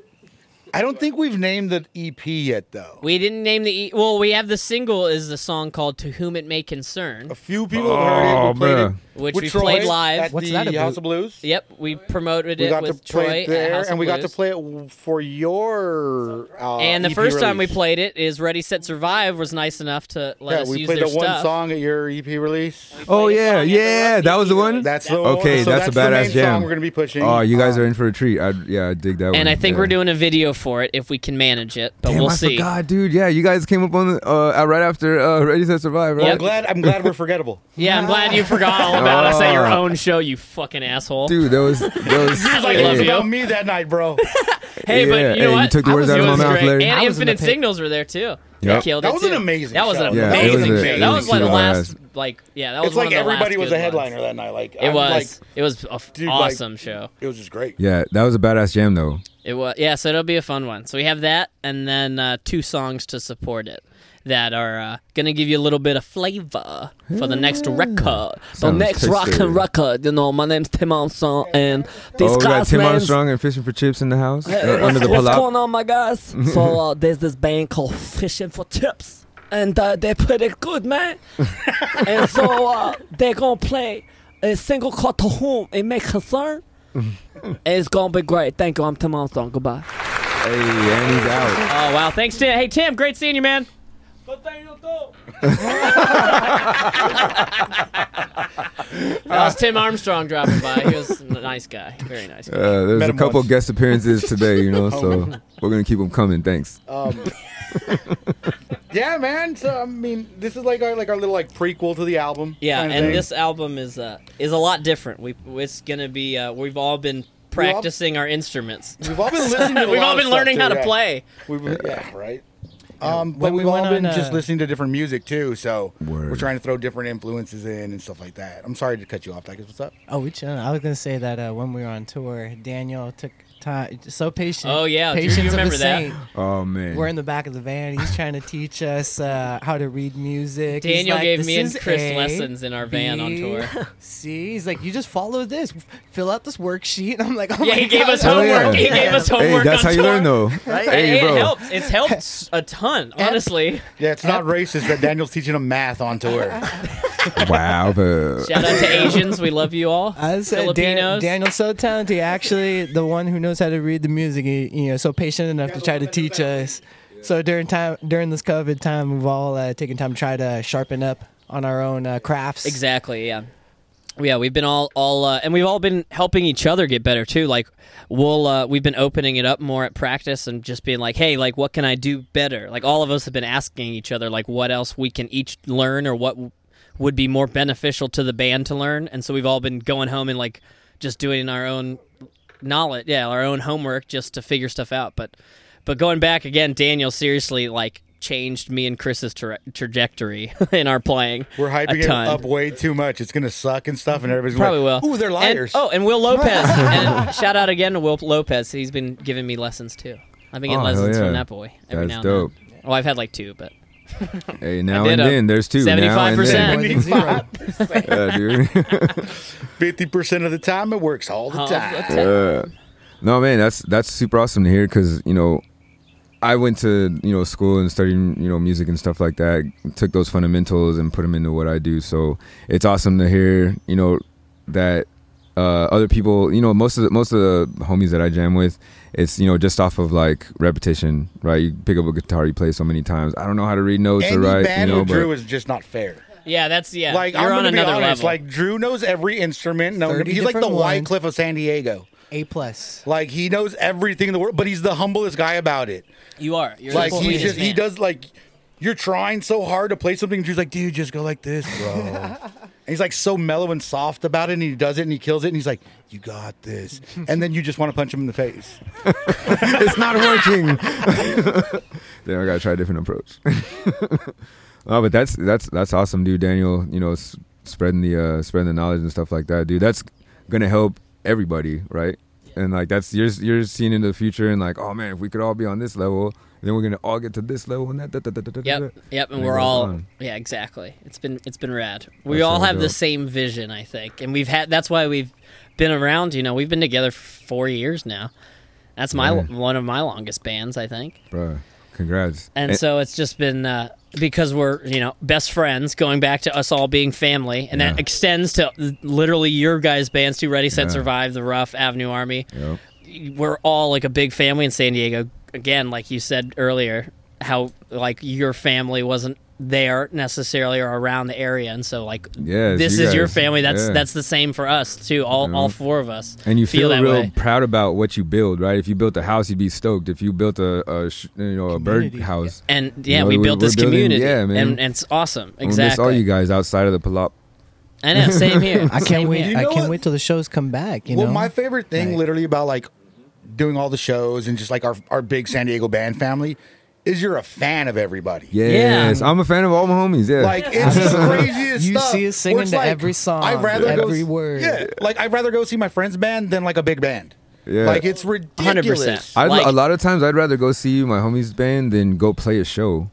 I don't think we've named the
E
EP yet, though.
We didn't name the e- well. We have the single is the song called "To Whom It May Concern."
A few people have heard it.
Oh,
We played it
bruh.
Which
with
we
Troy
played live.
at
What's
the
that about?
House of Blues.
Yep, we promoted
We
it
got to
with
play
Troy
it
at
there,
House
and we
of
got
Blues.
to play it for your. Uh,
And the
EP
first time we
release.
played it is "Ready, Set, Survive" was nice enough to let us
yeah, we
use
played
their
the one
stuff.
song at your EP release.
Oh yeah,
song.
yeah, that
E
was the one.
That's the
Okay,
one. So
that's a
the
badass
main
jam.
Song we're gonna be pushing.
Oh, you guys
Um,
uh,
are in for a treat. I, yeah, I dig that one.
and I think
Yeah.
we're doing a video for it if we can manage it, but
Damn,
we'll
I
see.
forgot, dude. Yeah, you guys came up on the uh, right after uh, Ready Set Survive,
I'm
right?
glad. I'm glad we're forgettable.
Yeah, I'm glad you forgot all about us at your own show, you fucking asshole.
Ah. Dude, that was that was.
Like,
I
it
love
was
you.
about me that night, bro.
hey, but you
yeah,
know
hey,
what?
you took the
I
words
was
out of my
doing
mouth,
great.
Larry.
And
I was in the
Infinite
pit.
Signals were there too. They
Yep.
Killed
That
it,
was an
too.
amazing
That was an
show.
Yeah, it
amazing
was a-
show.
it
That
was
was like the
super
last,
badass.
like yeah, that was
It's
one
like
of the last
everybody was
good
a headliner
ones.
that night. Like
It
I'm
was.
Like,
It was a f-
dude, like-
awesome show.
it was just great.
Yeah, that was a badass jam though.
It was yeah, so it'll be a fun one. So we have that, and then uh, two songs to support it that are uh, gonna give you a little bit of flavor for the next record. The
Sounds
next rock
tasty.
and record, you know. My name's Tim Armstrong, and these
Oh, we got
guys'
Tim
names-
Armstrong and Fishing for Chips in the house uh,
Hey,
under the
what's, what's
pull-up.
going on, my guys? so uh, there's this band called Fishing for Tips, and uh, they're pretty good, man. and so uh, they're gonna play a single called "To Whom It May Concern." it's gonna be great. Thank you. I'm Tim Armstrong. Goodbye.
Hey, and he's out.
Oh wow! Thanks, Tim. Hey, Tim, great seeing you, man. that was Tim Armstrong dropping by. He was a nice guy, very nice. Guy.
Uh, there's
Met
a
him
couple
once.
guest appearances today, you know, so we're gonna keep them coming. Thanks.
Yeah, man. So I mean, this is like our like our little like prequel to the album.
Yeah,
kinda
and
thing.
this album is uh, is a lot different. We it's gonna be uh, we've all been practicing our instruments.
we've all been listening. To a
we've
lot
all
of
been
stuff,
learning
too,
how to
yeah.
play.
We've, yeah, right. Um, but
when we
we've all
went
been
on,
just
uh,
listening to different music too, so we're
Word.
trying to throw different influences in and stuff like that. I'm sorry to cut you off, Dickus. What's up?
Oh, we chill. I was gonna say that uh, when we were on tour, Daniel took time, so patient.
Oh, yeah. Do you
patience of
remember
a
that?
saint.
Oh man.
We're in the back of the van. He's trying to teach us uh, how to read music. He's
Daniel
like,
gave
"This
me and
is
Chris
A,
lessons in our van on
B,
tour.
C. He's like, you just follow this. Fill out this worksheet. And I'm like, oh
Yeah,
my
he gave
God.
us
Oh,
homework.
yeah.
He gave us
Hey,
homework. on
that's how you
tour.
learn though.
Right?
Hey,
It- it
bro.
helps. It's helped a ton, honestly.
Yeah, it's not racist that Daniel's teaching him math on tour.
Wow. bro.
Shout out to Asians. We love you all.
I said uh, Dan-
Filipinos.
Daniel's so talented. He Actually, the one who knows how to read the music, he, you know, so patient enough to try to teach us. So during time, during this COVID time, we've all uh, taken time to try to sharpen up on our own uh, crafts.
Exactly. Yeah. Yeah, we've been all all uh, and we've all been helping each other get better too. Like we'll uh, we've been opening it up more at practice and just being like, "Hey, like what can I do better?" Like all of us have been asking each other like what else we can each learn or what w- would be more beneficial to the band to learn. And so we've all been going home and like just doing our own knowledge, yeah, our own homework just to figure stuff out. But but going back again, Daniel seriously like changed me and Chris's tra- trajectory in our playing.
We're
a
hyping it
ton.
up way too much. It's gonna suck and stuff, and everybody's gonna
Probably
be like,
will.
Ooh, they're
And-
liars.
oh, and Will Lopez. and shout out again to Will Lopez. He's been giving me lessons too. I've been getting
Oh, hell
lessons
yeah.
from that boy every
That's
now and
dope.
then. Well, I've had like two, but
Hey, now
did
and
a
then there's two. Now and
75%.
then.
More than zero.
Yeah, dude.
Fifty percent of the time, it works all the time.
Yeah. no man that's that's super awesome to hear because you know i went to you know school and studied you know music and stuff like that took those fundamentals and put them into what i do so it's awesome to hear you know that uh, other people you know most of the most of the homies that i jam with it's you know just off of like repetition right you pick up a guitar you play so many times i don't know how to read notes
Any
or write you
band
know
with Drew
but
is just not fair.
yeah, that's yeah.
Like
you're
I'm
on
gonna be
another
honest,
level.
like Drew knows every instrument. No,
30
he's like the
different ones.
Wycliffe of San Diego.
A plus.
Like he knows everything in the world, but he's the humblest guy about it.
you are. You're
Like
the
he
sweetest
just he
man.
does like you're trying so hard to play something. And Drew's like, dude, just go like this, bro. and he's like so mellow and soft about it, and he does it and he kills it, and he's like, you got this. And then you just want to punch him in the face.
it's not working. Then I gotta try a different approach. oh, but that's that's that's awesome, dude. Daniel, you know, s- spreading the uh, spreading the knowledge and stuff like that, dude. That's gonna help everybody, right? And like that's you're you're seeing into the future and like, oh man, if we could all be on this level, Then we're gonna all get to this level and that. da- da- da- da- da- da-
Yep,
da."
yep, and
it
we're
goes
all
on.
yeah, exactly. It's been it's been rad. We
That's
all
really
have the
dope.
same vision, I think, and we've had that's why we've been around. You know, we've been together for four years now. That's my
Yeah.
one of my longest bands, I think,
Bruh, Congrats.
and
Eh,
so it's just been uh, because we're you know best friends, going back to us all being family, and that
Yeah.
extends to literally your guys' bands too. Ready, set,
Yeah.
survive, the Rough, Avenue Army
yep.
we're all like a big family in San Diego. Again, like you said earlier, how like your family wasn't there necessarily or around the area, and so like
Yes,
this
you
is your
guys,
family. That's
yeah.
that's the same for us too. All
Yeah.
all four of us.
And you feel,
that
real
way.
proud about what you build, right? If you built a house, you'd be stoked. If you built a, a sh- you know a bird
Community.
house,
And yeah,
know,
we
we-
built this
we're building-
community,
yeah, man.
And, and it's awesome.
I'm gonna miss all
Exactly.
you guys outside of the Palop.
I know. Same here.
I
Same
can't wait.
here.
You
I
know
can't
what?
wait till the shows come back. You
well,
know,
my favorite thing,
Right.
literally, about like doing all the shows and just like our, our big San Diego band family is you're a fan of everybody.
Yes, I'm a fan of all my homies. Yeah,
Like it's the craziest
You
stuff.
see us singing
where it's
to every song, every word.
Yeah, like I'd rather go see my friend's band than like a big band.
Yeah.
like it's
100%.
ridiculous.
I'd,
Like-
a lot of times I'd rather go see my homies band than go play a show.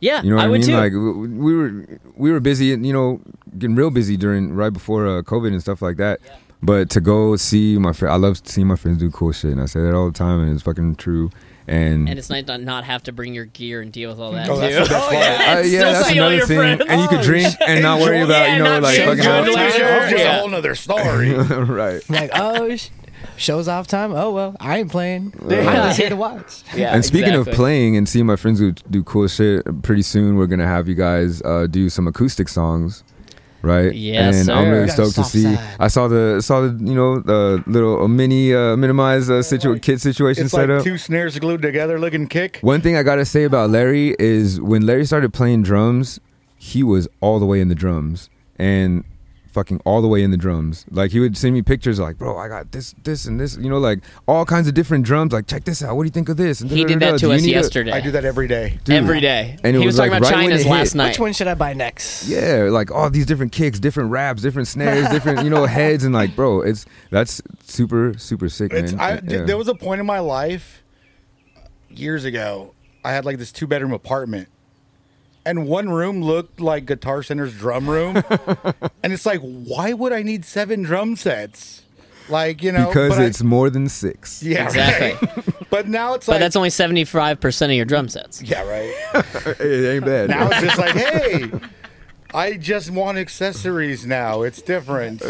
Yeah,
You know what I,
would
mean?
too.
Like w- w- we were we were busy, you know, getting real busy during right before uh, COVID and stuff like that. But to go see my friend, I love seeing my friends do cool shit, and I say that all the time, and it's fucking true. And,
and it's nice to not have to bring your gear and deal with all that
Oh,
too.
that's the best part.
Uh,
and still
yeah, that's
see all
another
your
thing.
friends. Oh,
And you could drink and not worry
Enjoy-
about
Yeah,
you know
not
like
shit.
fucking
Enjoy
out.
the
It's
Yeah.
just a
Yeah.
whole nother story.
right.
like oh, sh- shows off time. Oh well, I ain't playing. I'm just here to watch.
Yeah,
and speaking
exactly.
of playing and seeing my friends who do cool shit, pretty soon we're gonna have you guys uh, do some acoustic songs, right?
Yes,
and I'm
sir.
really
We got
a
stoked to
soft
see.
side.
I saw the saw the you know the little uh, mini uh, minimized uh, situ- kid situation
it's
set
like
up.
two snares glued together, looking kick.
One thing I gotta say about Larry is when Larry started playing drums, he was all the way in the drums and fucking all the way in the drums. Like he would send me pictures like, bro, I got this, this, and this, you know, like all kinds of different drums. Like, check this out. What do you think of this? And
he did
da-da-da-da.
that
Do
to
you
us
need a-
yesterday.
I do that every day.
Dude.
every day.
And it
he was,
was,
talking
like,
about
right when
China's
it hit-
last night.
Which one should I buy next?
Yeah, like all these different kicks, different raps, different snares, different you know heads, and like, bro, it's that's super super sick, man.
It's, I,
Yeah.
dude, there was a point in my life years ago. I had like this two bedroom apartment, and one room looked like Guitar Center's drum room, and it's like, why would I need seven drum sets? Like you know,
because
but I-
it's more than six.
yeah,
Exactly.
right. but now it's
But
like
that's only seventy five percent of your drum sets.
yeah, right.
it ain't bad.
Now it's just like, hey, I just want accessories. Now it's different.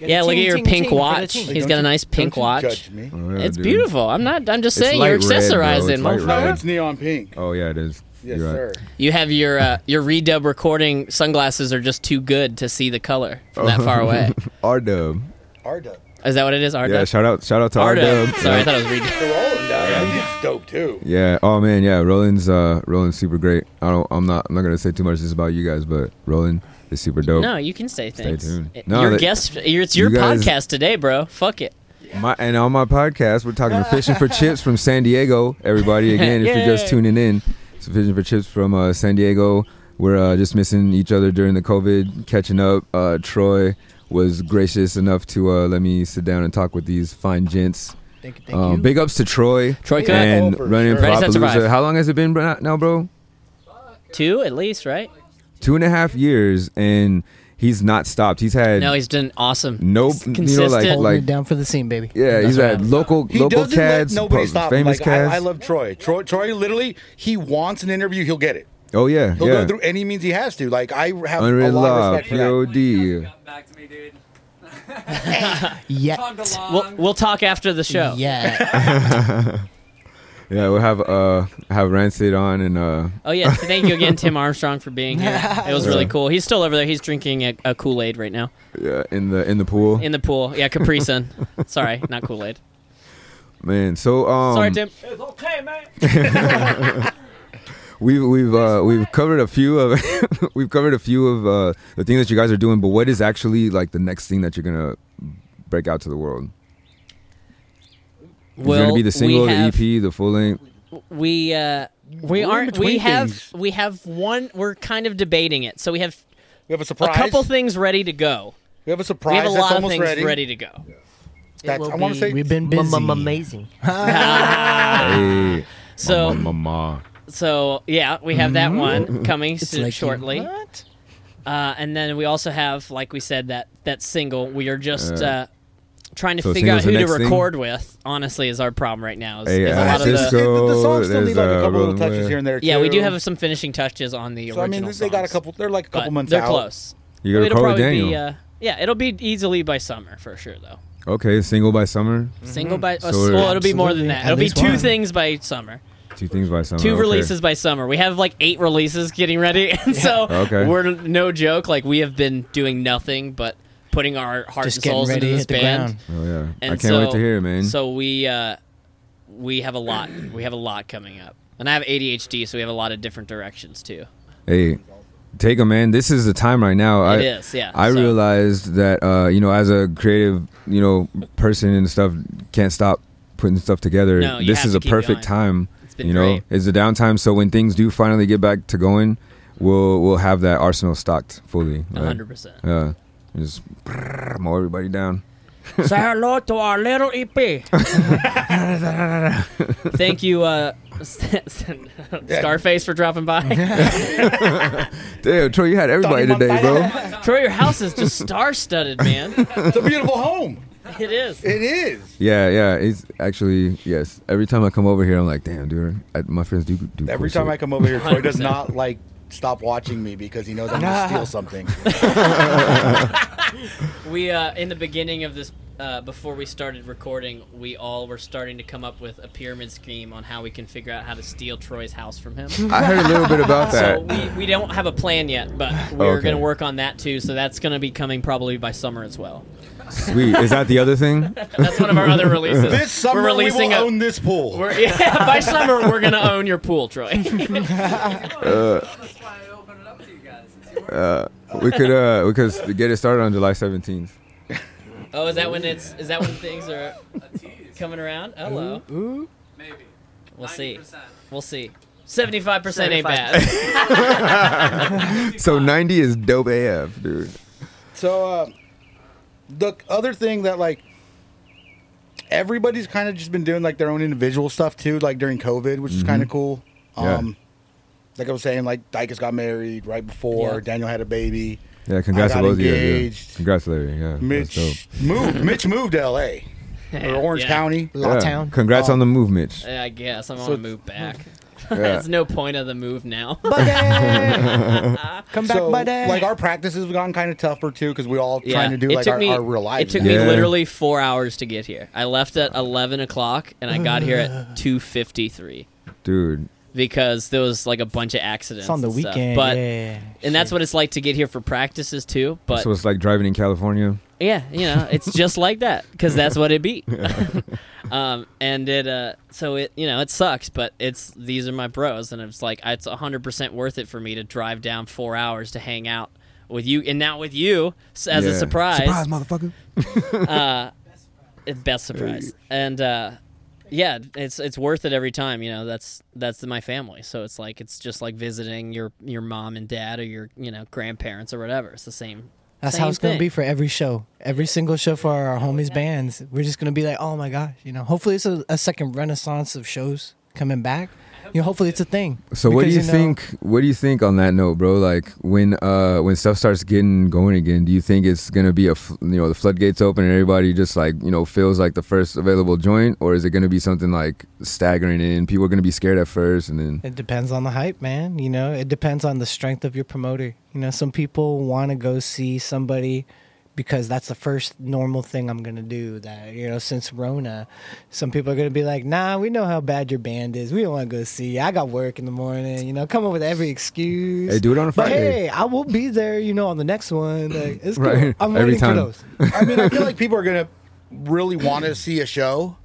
Yeah, look at
ting,
your
ting, ting
pink
for the
watch.
ting.
He's
Don't
got a
you-
nice pink
don't you
watch.
Judge me.
Oh, yeah,
It's
dude.
beautiful. I'm not. I'm just saying you're
light red, bro.
accessorizing.
It's light
motherfucker.
No,
Red.
it's neon pink.
Oh yeah, it is.
yes,
You're right.
sir.
You have your uh, your redub recording sunglasses are just too good to see the color from that far away.
R Dub.
R dub.
Is that what it is? Arda.
Yeah, shout out, shout out to R
Arda.
Dub.
Sorry, I thought it was redub.
The Roland dub. He's dope too.
Yeah. Oh man. Yeah. Roland's uh, Roland's super great. I don't. I'm not. I'm not gonna say too much just about you guys, but Roland is super dope.
No, you can say things.
tuned.
It-
No,
your
that-
guest. It's your
you guys-
podcast today, bro. Fuck it.
My, and on my podcast, we're talking to fishing for chips from San Diego. Everybody, again, if you're just
Yay.
tuning in, it's fishing for chips from uh, San Diego. We're uh, just missing each other during the COVID, catching up. Uh, Troy was gracious enough to uh, let me sit down and talk with these fine gents.
Thank you. Thank
Um,
you.
big ups to Troy,
Troy Cook.
and
Oh, for
running
sure.
Ready, Set, Survive.
Palapalooza. How long has it been bro- now, bro?
Two at least, right?
Two and a half years, and he's not stopped. He's had
No, he's done awesome.
no,
He's
you know, like
consistent.
Holding
like
it down for the scene, baby.
yeah, he's
That's
had
right.
local
He
local
doesn't let
cats,
nobody
po-
stop. him.
famous
like, I-
cats.
I, love Troy. Troy. Troy literally, he wants an interview. He'll get it.
oh yeah,
He'll
yeah.
go through any means he has to. Like I have
Unreal
a lot of
Love,
respect for that.
POD.
back to me, dude.
Yeah.
Come to
We'll,
long.
we'll talk after the show.
Yeah.
Yeah, we'll have uh have Rancid on and uh
Oh yeah, thank you again, Tim Armstrong, for being here. It was really cool. He's still over there. He's drinking a, a Kool Aid right now
yeah, in the in the pool.
in the pool. Yeah, Capri Sun. Sorry, not Kool Aid.
Man, so um
Sorry, Tim.
It's okay, man.
we've we've uh we've covered a few of we've covered a few of uh the things that you guys are doing, but what is actually like the next thing that you're gonna break out to the world? Is it
Well,
gonna be the single,
we
the E
have,
EP, the full length?
We uh, we
We're in
aren't. We
between
have
things.
we have one. We're kind of debating it. So we have
We have a surprise.
a couple things ready to go.
We have a
We
surprise.
have a
that's
lot of
almost
things
ready.
ready. to go.
That's,
will
I want
be-
to say.
We've been
M-
busy.
m- amazing.
Hey,
Ah. So
Mama, mama.
so yeah, we have
Mm-hmm.
that one coming
It's
soon,
like,
shortly.
What?
Uh, and then we also have, like we said, that that single. We are just uh,
Uh,
trying to
so
figure out
single's the
who to
next thing?
record with. Honestly, is our problem right now. Is,
Hey,
is a
uh,
lot of
the,
the,
Cisco-
the songs still need like
there's,
a
uh,
couple little
Rolling
touches
Wave.
here and there.
yeah, we do
too.
have some finishing touches on the
So I
original.
mean, they got a
songs,
couple. They're like a couple
but
months
They're
out.
close.
You gotta
It'll
call it
probably
Daniel.
be uh, yeah, it'll be easily by summer for sure though.
okay, single by summer.
Mm-hmm.
Single by
So
uh,
we're-
well, it'll be more than
Absolutely.
that.
At
It'll be
least
two
one.
things by summer.
Two things by summer.
two
Oh, okay.
releases by summer. We have like eight releases getting ready, and so
Okay.
we're no joke. Like we have been doing nothing but putting our heart
Just
and
getting
souls
ready to
into this
hit the
band.
ground.
Oh yeah, I
And
can't
so,
wait to hear it, man.
So we uh, we have a lot. We have a lot coming up, and I have ADHD, so we have a lot of different directions too.
hey, take 'em, man. This is the time right now. I,
It is, yeah.
I
so.
realized that uh, you know, as a creative, you know, person and stuff, can't stop putting stuff together.
No, you
this
have
is
to
a
keep
perfect
going.
time.
It's been
you know,
great.
it's a downtime. So when things do finally get back to going, we'll we'll have that arsenal stocked fully.
A
like,
hundred percent.
Yeah, just brrr, mow everybody down.
Say hello to our little E EP. Thank you, uh, Starface, for dropping by.
Damn, Troy, you had everybody
Tony
today, bro.
Troy, your house is just star-studded, man.
It's a beautiful home.
It is.
It is.
Yeah, yeah. It's actually yes. Every time I come over here, I'm like, damn, dude. I, my friends do do.
Every
cool
time I
shit.
come over here, Troy does not like stop watching me because he knows I'm gonna steal something.
We uh, in the beginning of this, uh, before we started recording, we all were starting to come up with a pyramid scheme on how we can figure out how to steal Troy's house from him.
I heard a little bit about that.
So we, we don't have a plan yet, but we're
Okay.
going to work on that too. So that's going to be coming probably by summer as well.
Sweet. Is that the other thing?
That's one of our other releases.
This summer
we're
we
releasing
will
a,
own this pool.
we're- yeah, by summer we're going to own your pool, Troy.
We could uh we could s- get it started on July 17th.
oh, is that when it's is that when things are coming around? Hello. Ooh. Maybe. We'll see. We'll see. 75% ain't bad.
So 90 is dope AF, dude.
So uh, the other thing that like everybody's kind of just been doing like their own individual stuff too, like during COVID, which is kind of cool.
Mm-hmm. Yeah.
Um, like I was saying, like Dykus got married right before
Yeah.
Daniel had a baby.
Yeah, congrats
I
to
got
both of you. Yeah.
engaged.
Congrats, Larry. Yeah, that's
Mitch moved. Mitch moved to L.A. or Orange
Yeah.
County.
Law
dope. Yeah.
Town.
Congrats on the move, Mitch.
Yeah, I guess I'm
So
gonna move back.
Yeah.
There's no point of the move now.
Come back,
so,
buddy.
like our practices have gotten kind of tougher too because we all trying to do
it
like
took
our,
me,
our real life.
It took
Yeah.
me literally four hours to get here. I left at 11 o'clock and I got here at 2:53
Dude,
because there was like a bunch of accidents.
it's on the
and stuff.
weekend.
but
yeah.
and that's what it's like to get here for practices too. But
so it's like driving in California.
yeah, you know, it's just like that because that's what it be. um, and it uh, so it you know it sucks, but it's these are my bros, and it's like it's hundred percent worth it for me to drive down four hours to hang out with you, and now with you s- as a
Yeah.
surprise,
Surprise, motherfucker.
uh, best surprise, and uh, yeah, it's it's worth it every time. You know, that's that's my family, so it's like it's just like visiting your your mom and dad or your you know grandparents or whatever. It's the same.
That's
same
how it's going
thing.
to be for every show. Every single show for our homies bands. We're just going to be like, oh my gosh, you know, hopefully it's a, a second renaissance of shows coming back. You know, hopefully it's a thing.
So what do you,
Because, know,
think? What do you think on that note, bro? Like when uh when stuff starts getting going again, do you think it's gonna be a fl- you know the floodgates open and everybody just like you know feels like the first available joint, or is it gonna be something like staggering in? People are gonna be scared at first, and then
It depends on the hype, man. You know, it depends on the strength of your promoter. You know, some people want to go see somebody because that's the first normal thing I'm going to do that, you know, since Rona. Some people are going to be like, nah, we know how bad your band is. We don't want to go see you. I got work in the morning, you know, come up with every excuse.
Hey, do it on a
But
Friday.
hey, I will be there, you know, on the next one. Like, it's cool.
Right.
I'm
Every
waiting
time.
for those.
I mean, I feel like people are gonna really want to see a show,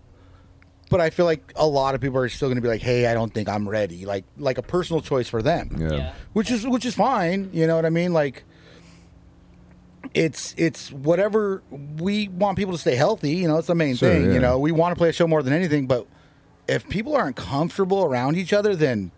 but I feel like a lot of people are still gonna be like, "Hey, I don't think I'm ready." Like, like a personal choice for them,
yeah.
Yeah.
which is which is fine. You know what I mean? Like, it's it's whatever we want people to stay healthy. You know, it's the main
Sure,
thing.
yeah.
You know, we want to play a show more than anything, but if people aren't comfortable around each other, then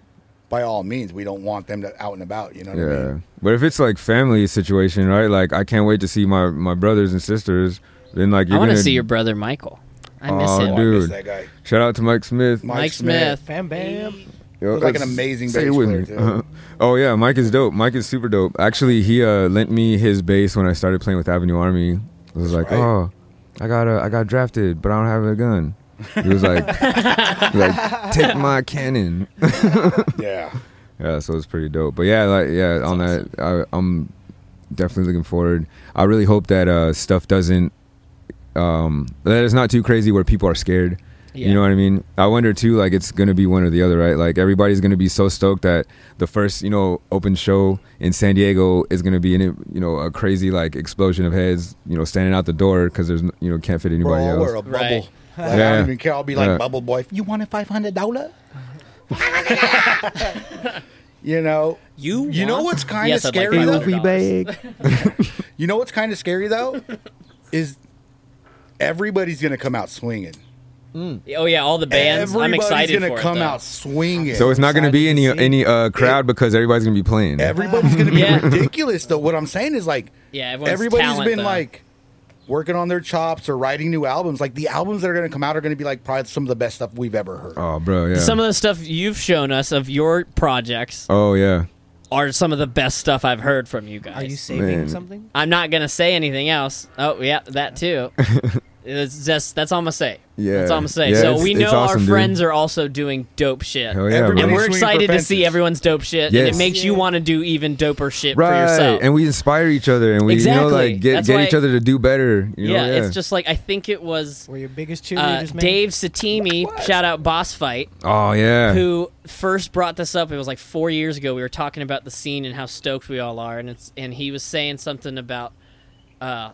by all means, we don't want them to out and about. You know what I
Yeah.
mean?
But if it's like family situation, right? Like I can't wait to see my my brothers and sisters. Then like
I
you're
want to
gonna
see your brother Michael. I miss
Aw,
him.
dude.
I miss that guy.
Shout out to Mike Smith.
Mike
Mike
Smith.
Smith.
Bam, bam.
Yo,
He's like an
that's-
amazing
stay
bass
with
player,
me.
too.
Uh-huh. Oh yeah, Mike is dope. Mike is super dope. Actually, he uh, lent me his bass when I started playing with Avenue Army. I was like,
right.
oh, I got uh, I got drafted, but I don't have a gun. He was like, he was like take my cannon.
Yeah.
Yeah, so it's pretty dope. But yeah, like yeah, on that, I, I'm definitely looking forward. I really hope that uh, stuff doesn't um, that it's not too crazy where people are scared.
Yeah.
You know what I mean? I wonder too. Like it's gonna be one or the other, right? Like everybody's gonna be so stoked that the first you know open show in San Diego is gonna be in it. You know, a crazy like explosion of heads. You know, standing out the door because there's n- you know can't fit
We're
anybody
all
else.
we're a bubble.
Right.
Like, I
Yeah.
don't even care. I'll be like
Yeah.
bubble boy. You want a five hundred dollar? You know.
You
You know
want-
what's kinda
Yes, I'd like
scary, though?
$500.
You know what's kind of scary though, is everybody's gonna come out swinging.
Oh yeah, all the bands.
everybody's
I'm excited
gonna
for it,
come
though.
out swinging.
So it's not gonna be any
Excited to see.
any uh, crowd because everybody's gonna be playing.
everybody's gonna be
Yeah.
ridiculous though. What I'm saying is like
Yeah, everyone's
everybody's
talent,
been
though.
like working on their chops or writing new albums. Like the albums that are gonna come out are gonna be like probably some of the best stuff we've ever heard.
oh, bro, yeah.
Some of the stuff you've shown us of your projects
oh yeah.
are some of the best stuff I've heard from you guys.
Are you saving
Man.
something?
I'm not gonna say anything else. Oh yeah, that too. it's just that's all I'm gonna say.
Yeah.
that's all I'm gonna say.
Yeah,
so
it's-
we
it's
know
awesome,
our
dude.
friends are also doing dope shit,
Hell yeah,
Everybody-
bro.
and we're
Swinging for
excited to see
fences.
everyone's dope shit, and
Yes.
it makes you want to do even doper shit for
right
yourself.
and we inspire each other and we you
Exactly.
know like get,
That's
get
why-
each other to do better you know,
yeah,
yeah
it's just like I think it was
Were your biggest
uh,
cheerleaders, man?
Dave Satimi. Shout out Boss Fight.
oh yeah
who first brought this up. It was like four years ago. We were talking about the scene and how stoked we all are, and it's and he was saying something about uh,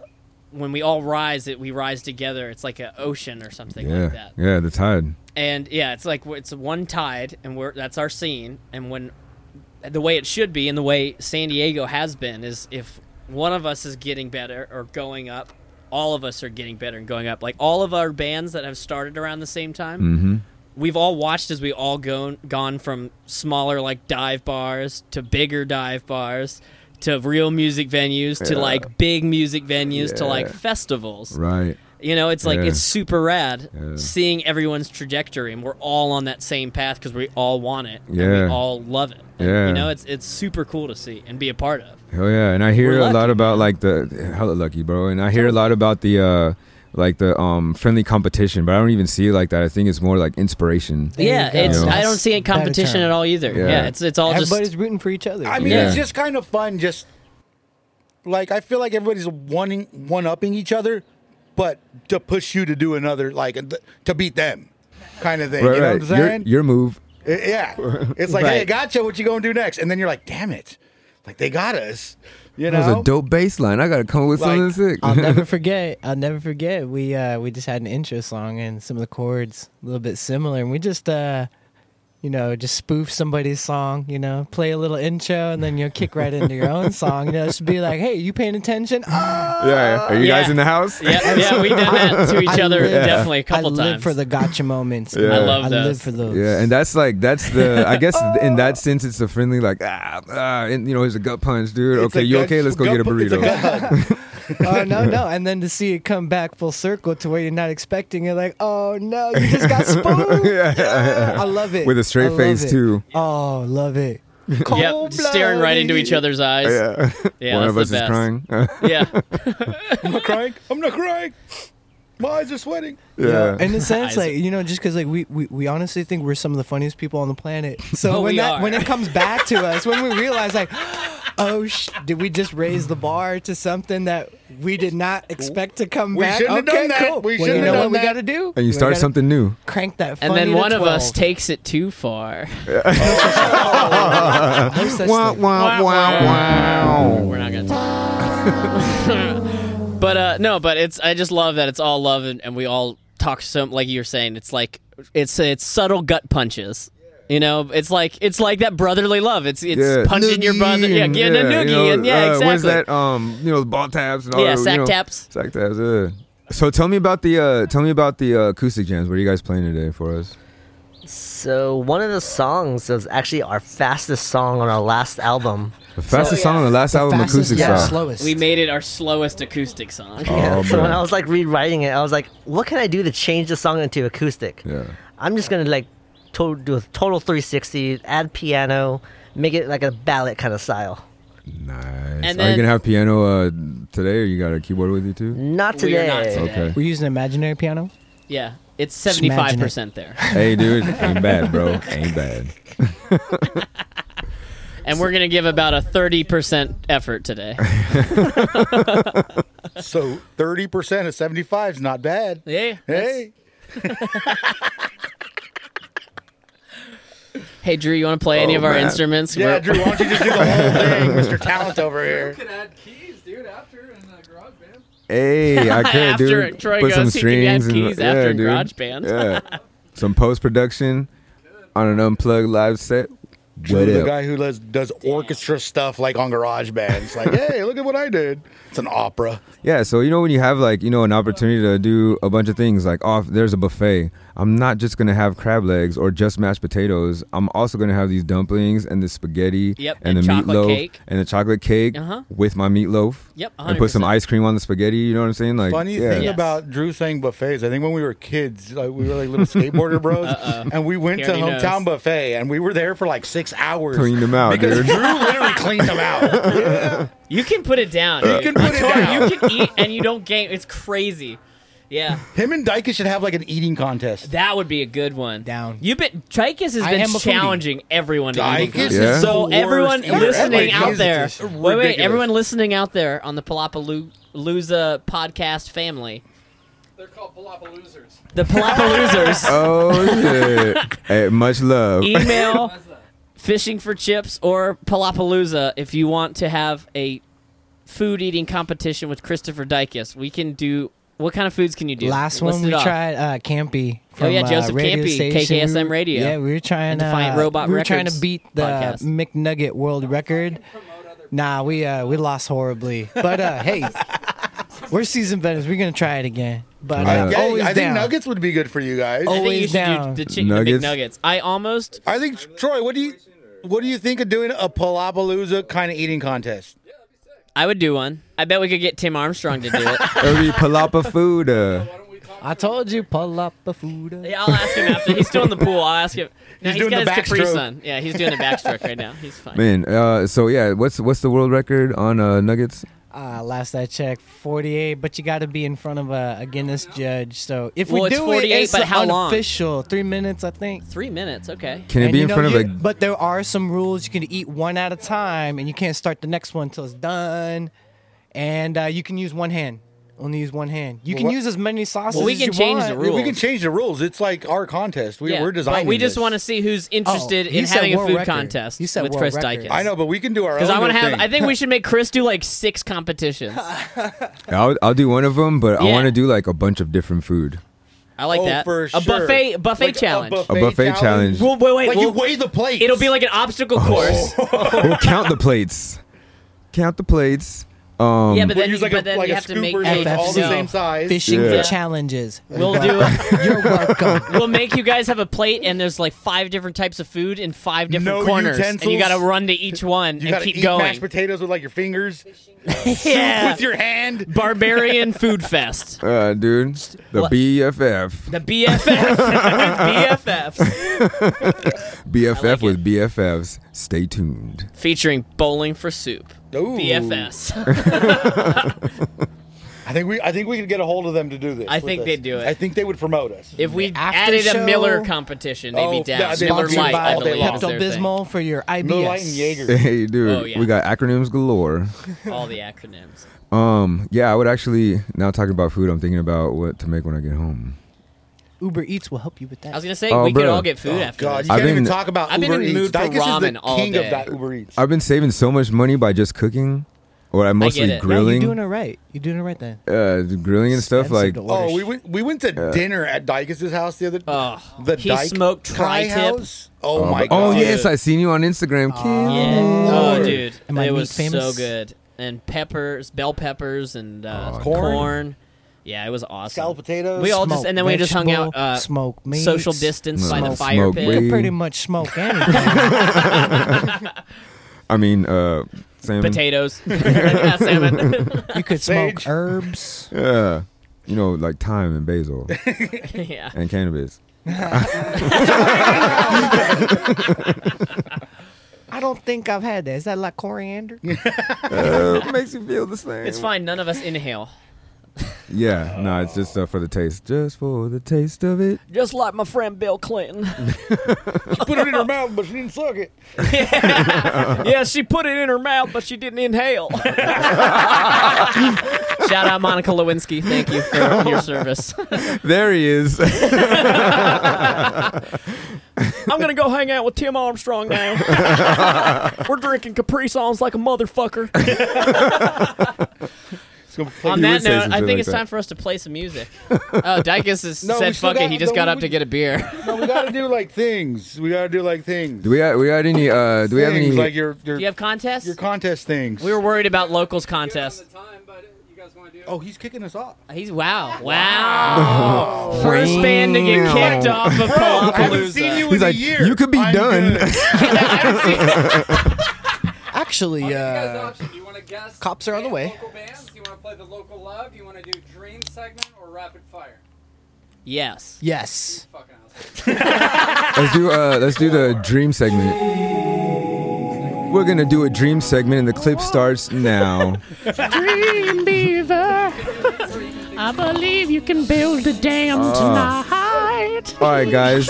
when we all rise, that we rise together. It's like an ocean or something
yeah
like that.
yeah the tide
And yeah, it's like it's one tide, and we're that's our scene. And when the way it should be, and the way San Diego has been, is if one of us is getting better or going up, all of us are getting better and going up. Like all of our bands that have started around the same time, we've all watched as we all gone gone from smaller like dive bars to bigger dive bars to real music venues to like big music venues to like
Yeah.
festivals.
right
You know, it's like
Yeah.
it's super rad
Yeah.
seeing everyone's trajectory, and we're all on that same path because we all want it. and
Yeah.
we all love it. And,
Yeah.
you know, it's it's super cool to see and be a part of.
hell yeah and i hear
We're
a lot
lucky,
about like the hella lucky bro and i hear a lot about the uh like the um friendly competition but i don't even see it like that i think it's more like inspiration
There you
yeah,
go.
it's
Yeah.
I don't see any
Better term.
competition at all either. Yeah,
Yeah.
it's it's all
Everybody's
just
rooting for each other.
I mean,
Yeah.
it's just kind of fun. Just like I feel like everybody's one one upping each other, but to push you to do another, like th- to beat them, kind of thing.
right
you know
right
what I'm saying?
Your, your move
I- yeah, it's like, hey,
Right.
gotcha. What you gonna do next? And then you're like, damn it, like they got us. You know,
that was a dope bass line i gotta come up with
Like,
something sick
I'll never forget. I'll never forget. We uh, we just had an intro song and some of the chords a little bit similar, and we just uh, you know just spoof somebody's song. You know, play a little intro, and then you'll kick right into your own song. You know, just be like, "Hey, you paying attention?" Ah!
yeah are you
Yeah.
guys in the house
yeah, yeah. We did that to each
I
other
live-
definitely a couple
I
times.
live for the gotcha moments.
Yeah. I
love
I
those.
live for those.
Yeah, and that's like that's the I guess in that sense it's a friendly like ah, ah and, you know here's a gut punch dude
It's a
okay you
gut-
okay let's go
gut
get a
pu- it's a
burrito
gut hug.
oh no, no, and then to see it come back full circle to where you're not expecting, you're like, "Oh no, you just got spooked." Yeah. I love it
With a straight
I love
face,
it.
too.
Oh, love it.
yep, staring right into each other's eyes.
yeah,
Yeah,
one
that's
of us
the
is
best.
crying
Yeah,
I'm not crying. I'm not crying. My eyes are sweating.
yeah
in a sense,
Eyes.
like you know, just because like we, we we honestly think we're some of the funniest people on the planet. So
Oh,
when
we
that
are.
when it comes back to us, when we realize like, oh, sh- did we just raise the bar to something that we did not expect to come
We
back?
shouldn't have
okay,
done that.
cool.
We
well,
shouldn't
you know
have
what
done
we
that.
got to do?
and you
We
start
gotta
something new.
Crank that.
and
funny
then
to
one of us
12.
takes it too far.
No such thing.
wow,
We're not gonna talk. but uh, no, but it's I just love that it's all love and, and we all talk so like you're saying it's like it's it's subtle gut punches. You know, it's like it's like that brotherly love. It's it's punching your
Noogie
brother. Yeah,
and-
getting a noogie
you know,
and yeah,
uh,
exactly.
What's that? Um, you know, the ball taps and all.
Yeah,
that,
sack
you know,
taps.
Sack taps. Yeah. So tell me about the uh, tell me about the uh, acoustic jams. What are you guys playing today for us?
So one of the songs was actually our fastest song on our last album.
The fastest
yeah.
song on the last album, acoustic
yeah,
style.
slowest.
We made it our slowest acoustic song.
Yeah.
Oh,
so when
man.
I was like rewriting it, I was like, what can I do to change the song into acoustic?
Yeah.
I'm just gonna like to- do a total 360, add piano, make it like a ballad kind of style.
Nice. are you
then-
gonna have piano uh, today, or you got a keyboard with you too?
Not
We
today.
are not today.
Okay.
We're using imaginary piano.
Yeah, it's
Just imagine
seventy-five percent there,
hey, dude, ain't bad, bro. Ain't bad.
and we're gonna give about a thirty percent effort today.
So thirty percent of seventy five is not bad.
Yeah.
Hey,
Hey, Drew, you want to play any
Oh,
of our
man.
instruments?
yeah,
We're-
Drew, why don't you just do the whole thing, Mr. Talent over here?
Hey, I could,
After
dude.
Troy
Put some
goes, he can add
strings and
keys after
yeah,
in
dude.
GarageBand.
Yeah. Some post production on an unplugged live set.
Drew,
What
the
up?
guy who does, does orchestra stuff like on Garage Band. It's like, hey, look at what I did. It's an opera.
Yeah, so you know when you have like you know an opportunity to do a bunch of things like off there's a buffet. I'm not just gonna have crab legs or just mashed potatoes. I'm also gonna have these dumplings and the spaghetti
Yep, and
and, the
chocolate
meatloaf
cake.
and the chocolate cake
Uh-huh.
with my meatloaf.
Yep,
and put some
100%.
ice cream on the spaghetti. You know what I'm saying? Like
Funny
yeah.
thing
Yeah.
about Drew saying buffets, I think when we were kids, like we were like little skateboarder bros, and we went
Uh-uh. He
to
already
hometown
knows.
buffet, and we were there for like six hours.
Cleaned them out,
because
dude.
Drew literally cleaned them out.
You can put it down. You
can put it down.
You can eat and you don't gain. It's crazy. Yeah,
Him and Dyka should have like an eating contest.
that would be a good one.
Down.
You've been Tricus has
I
been
am a foodie.
challenging everyone to eat.
Dykus
Yeah.
is
So
the
everyone
worst eater.
listening
Like,
out
he's
there,
just
wait, wait,
ridiculous.
everyone listening out there on the Palapalooza podcast family,
They're called Palapaloozers.
the Palapaloozers,
Oh shit! hey, much love.
email fishing for chips or Palapalooza if you want to have a food eating competition with Christopher Dykus. We can do. What kind of foods can you do?
Last
List
one
it
we
off.
tried uh, Campy. From,
Oh, yeah,
uh,
Joseph
radio
Campy,
station. We
KKSM
were-
radio.
Yeah, we were trying
And Defiant
uh,
Robot
We were trying
Records
to beat the
podcast.
McNugget world record. Nah, we uh, we lost horribly. But uh, hey, we're season veterans. We're gonna try it again. But uh,
Yeah,
Yeah,
always
I think
down.
nuggets would be good for you guys.
I think you
Always
should
down.
do the chicken
Nuggets.
nuggets. nuggets. I almost
I think Troy, what do you what do you think of doing a Palapalooza kind of eating contest?
I would do one. I bet we could get Tim Armstrong to do it.
Every palapa food. Uh,
I told you, pull up the food.
yeah, I'll ask him after. He's still in the pool. I'll ask him. No, he's
doing
got
the
his Capri
backstroke.
Sun. Yeah, he's doing the backstroke right now. He's fine.
man. Uh, so yeah, what's what's the world record on uh, nuggets?
Uh, last I checked, 48. But you got to be in front of a, a Guinness judge. So if
Well,
we
it's
do
48,
it, it's
but how long?
unofficial. Three minutes, I think.
Three minutes. Okay.
Can it
And
be
you
in
know,
front of
you-
a?
But there are some rules. You can eat one at a time, and you can't start the next one until it's done. And uh, you can use one hand. Only use one hand. You can
Well, what-
use as many sauces.
Well, we
as
can
you
change
want.
the
Yeah,
rules.
We can change the rules. It's like our contest. We,
Yeah,
we're
but
designing.
we just
this.
want to see who's interested
Oh, he
in
said
having a
world
food
record.
contest
He said
with
world
Chris
record.
Dykes.
I know, but we can do our own.
Because I want to
little
have.
thing.
I think we should make Chris do like six competitions.
I'll I'll do one of them, but I
Yeah.
want to do like a bunch of different food.
I like
Oh,
that.
for
A
sure.
buffet buffet
Like
challenge.
A buffet challenge.
Well, wait, wait.
Like you Oh.
we'll-
weigh the plate.
it'll be like an obstacle course.
Well, count the plates. Count the plates. Um,
yeah, but
We'll
then,
use like
but
a,
then
like
you
a
have to make
scooper so it's all the
FFC.
same size.
Fishing
Yeah.
for challenges.
We'll do it.
You're welcome.
We'll make you guys have a plate, and there's like five different types of food in five different
No
corners, and you
utensils.
got to run to each one
You
and
gotta
keep
eat mashed
going.
potatoes with like your fingers.
yeah.
With your hand.
Barbarian Food Fest.
uh, dude, the
What?
BFF,
The BFF with BFFs.
BFF
like
with BFFs. Stay tuned.
Featuring Bowling for Soup.
Ooh.
BFS.
I think we I think we could get a hold of them to do this.
I
with
think
us.
they'd do it.
I think they would promote us.
If we
After
added a
show-
Miller competition, they'd
Oh,
be down.
that'd be
Miller
awesome.
Lite, I
All day
believe,
long.
is their
Pepto Bismol for your IBS.
Miller Lite and Jaeger.
Hey, dude,
Oh, yeah.
we got acronyms galore.
thing. All the acronyms.
Um, yeah, I would actually now talking about food. I'm thinking about what to make when I get home.
Uber Eats will help you with that.
I was going to say,
Oh,
we could
bro.
all get food after
God,
this.
you
I've
can't even
been-
talk about
I've been
Uber
in the
Eats.
mood for
Dykus is
ramen
the
all
king
day.
of that Uber Eats.
I've been saving so much money by just cooking, or I mostly
get it. No,
no, you're
grilling,
doing it right. You're doing it right then.
uh, grilling and stuff.
Expensive
Like,
to order
Oh, we
shit.
went we went to dinner at Dykus' house the other
Oh,
the
he
Dyke
smoked
Thai
tri-tip.
house. Oh,
oh,
my
but- oh
god.
yes, I seen you on Instagram. Kim.
Yeah. Oh, dude.
Am I
it
meat
was so
famous?
good. And peppers, bell peppers, and uh,
Oh,
corn.
Corn?
Yeah, it was awesome.
Scalloped potatoes,
We all just
Smoke
and then we just hung out
vegetable,
uh,
smoke meats,
social distance by the
smoke
fire
smoke
You
pit.
weed.
could pretty much smoke anything.
I mean, uh, salmon.
Potatoes. Yeah, salmon.
you could smoke
Sage.
herbs.
Yeah. You know, like thyme and basil
yeah.
and cannabis.
I don't think I've had that. Is that like coriander?
Uh, it makes you feel the same.
It's fine. None of us inhale.
Yeah, no, it's just uh, for the taste. Just for the taste of it.
Just like my friend Bill Clinton.
She put it in her mouth, but she didn't suck it.
yeah, she put it in her mouth, but she didn't inhale. Shout out Monica Lewinsky. Thank you for your service.
There he is.
I'm gonna go hang out with Tim Armstrong now. We're drinking Capri Songs like a motherfucker.
It's gonna play
On
You would
that
say
note,
something
I think
like
it's
that.
time for us to play some music. Oh, Dykus has
No, we
said
still
fuck it.
got-
He just
no,
got
we-
up to get a beer.
No, we gotta do like things. We gotta do like things.
do we have, we got any? Uh, do we have any?
Things like your your
Do you have contests?
your contest things?
we were worried about locals contest.
oh, he's kicking us off.
He's wow, wow. First band to get kicked off of
I haven't
Palooza.
seen you in
He's
a
like,
year.
you could be
I'm
done.
good.
Actually, uh, cops are on the way.
Yes.
Yes.
Let's do uh let's do the dream segment. We're gonna do a dream segment and the clip starts now.
Dream Beaver. I believe you can build a dam tonight.
Alright guys.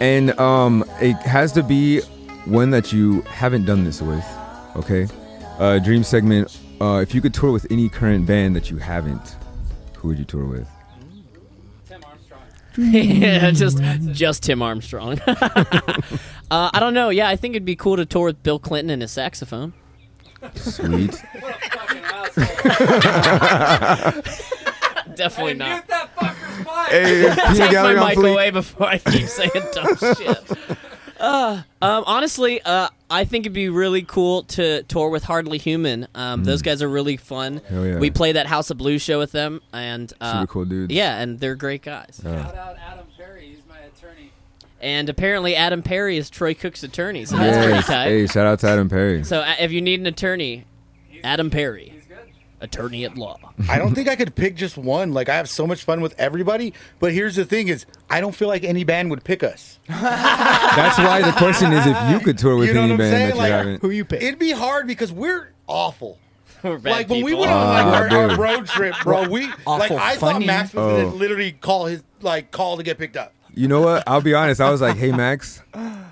And um it has to be one that you haven't done this with. Okay? Uh dream segment. Uh if you could tour with any current band that you haven't, who would you tour with?
yeah, just just Tim Armstrong. uh, I don't know. Yeah, I think it'd be cool to tour with Bill Clinton and his saxophone.
Sweet.
Definitely not.
hey, Peanut
Take my
Gallery on
mic
fleek.
away before I keep saying dumb shit. Uh, um, honestly, uh, I think it'd be really cool to tour with Hardly Human. Um, Those guys are really fun.
Mm. Hell yeah.
We play that House of Blues show with them, and uh,
Super cool dudes.
Yeah, and they're great guys.
Shout
out Adam Perry. He's my attorney. And apparently, Adam Perry is Troy Cook's attorney, so that's pretty
Yes.
tight.
Hey, shout out to Adam Perry.
So uh, if you need an attorney, Adam Perry, attorney at law.
I don't think I could pick just one. Like I have so much fun with everybody, but here's the thing: is I don't feel like any band would pick us.
That's why the question is if you could tour with
You know
any
what I'm
band
saying?
that you
Like,
haven't.
you pick?
It'd be hard because we're awful.
We're bad
Like when we
people.
went on like our,
Ah,
our
dude.
road trip, bro, we like
Awful
I thought
funny.
Max was gonna
Oh.
literally call his like call to get picked up.
You know what? I'll be honest. I was like, "Hey, Max,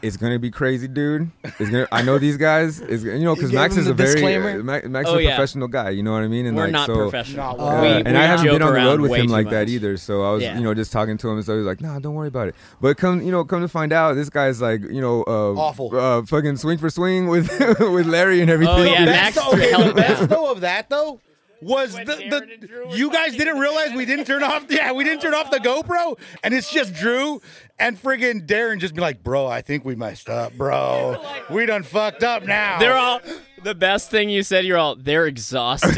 it's gonna be crazy, dude. It's gonna. I know these guys. It's you know because
You gave
Max
him
is
the
a very
disclaimer?
uh, Ma- Max
Oh,
is a
yeah.
professional guy. You know what I mean? And
we're
like,
not
so,
professional.
Not
we,
uh,
we
and I haven't
joke
been on the
around
road with
way
him
too
like that
much.
either. So I was,
Yeah.
you know, just talking to him. So he was like, "Nah, don't worry about it." But come, you know, come to find out, this guy's like, you know, uh,
Awful.
uh, fucking swing for swing with with Larry and everything.
Oh, yeah,
the
Max
best, okay,
held
the
it
best though of that though was the,
Darren and Drew
the
were
you guys didn't realize we didn't turn off yeah we didn't turn off the GoPro and it's just Drew and friggin' Darren just be like bro I think we messed up bro we done fucked up now
They're all the best thing you said. You're all they're exhausted.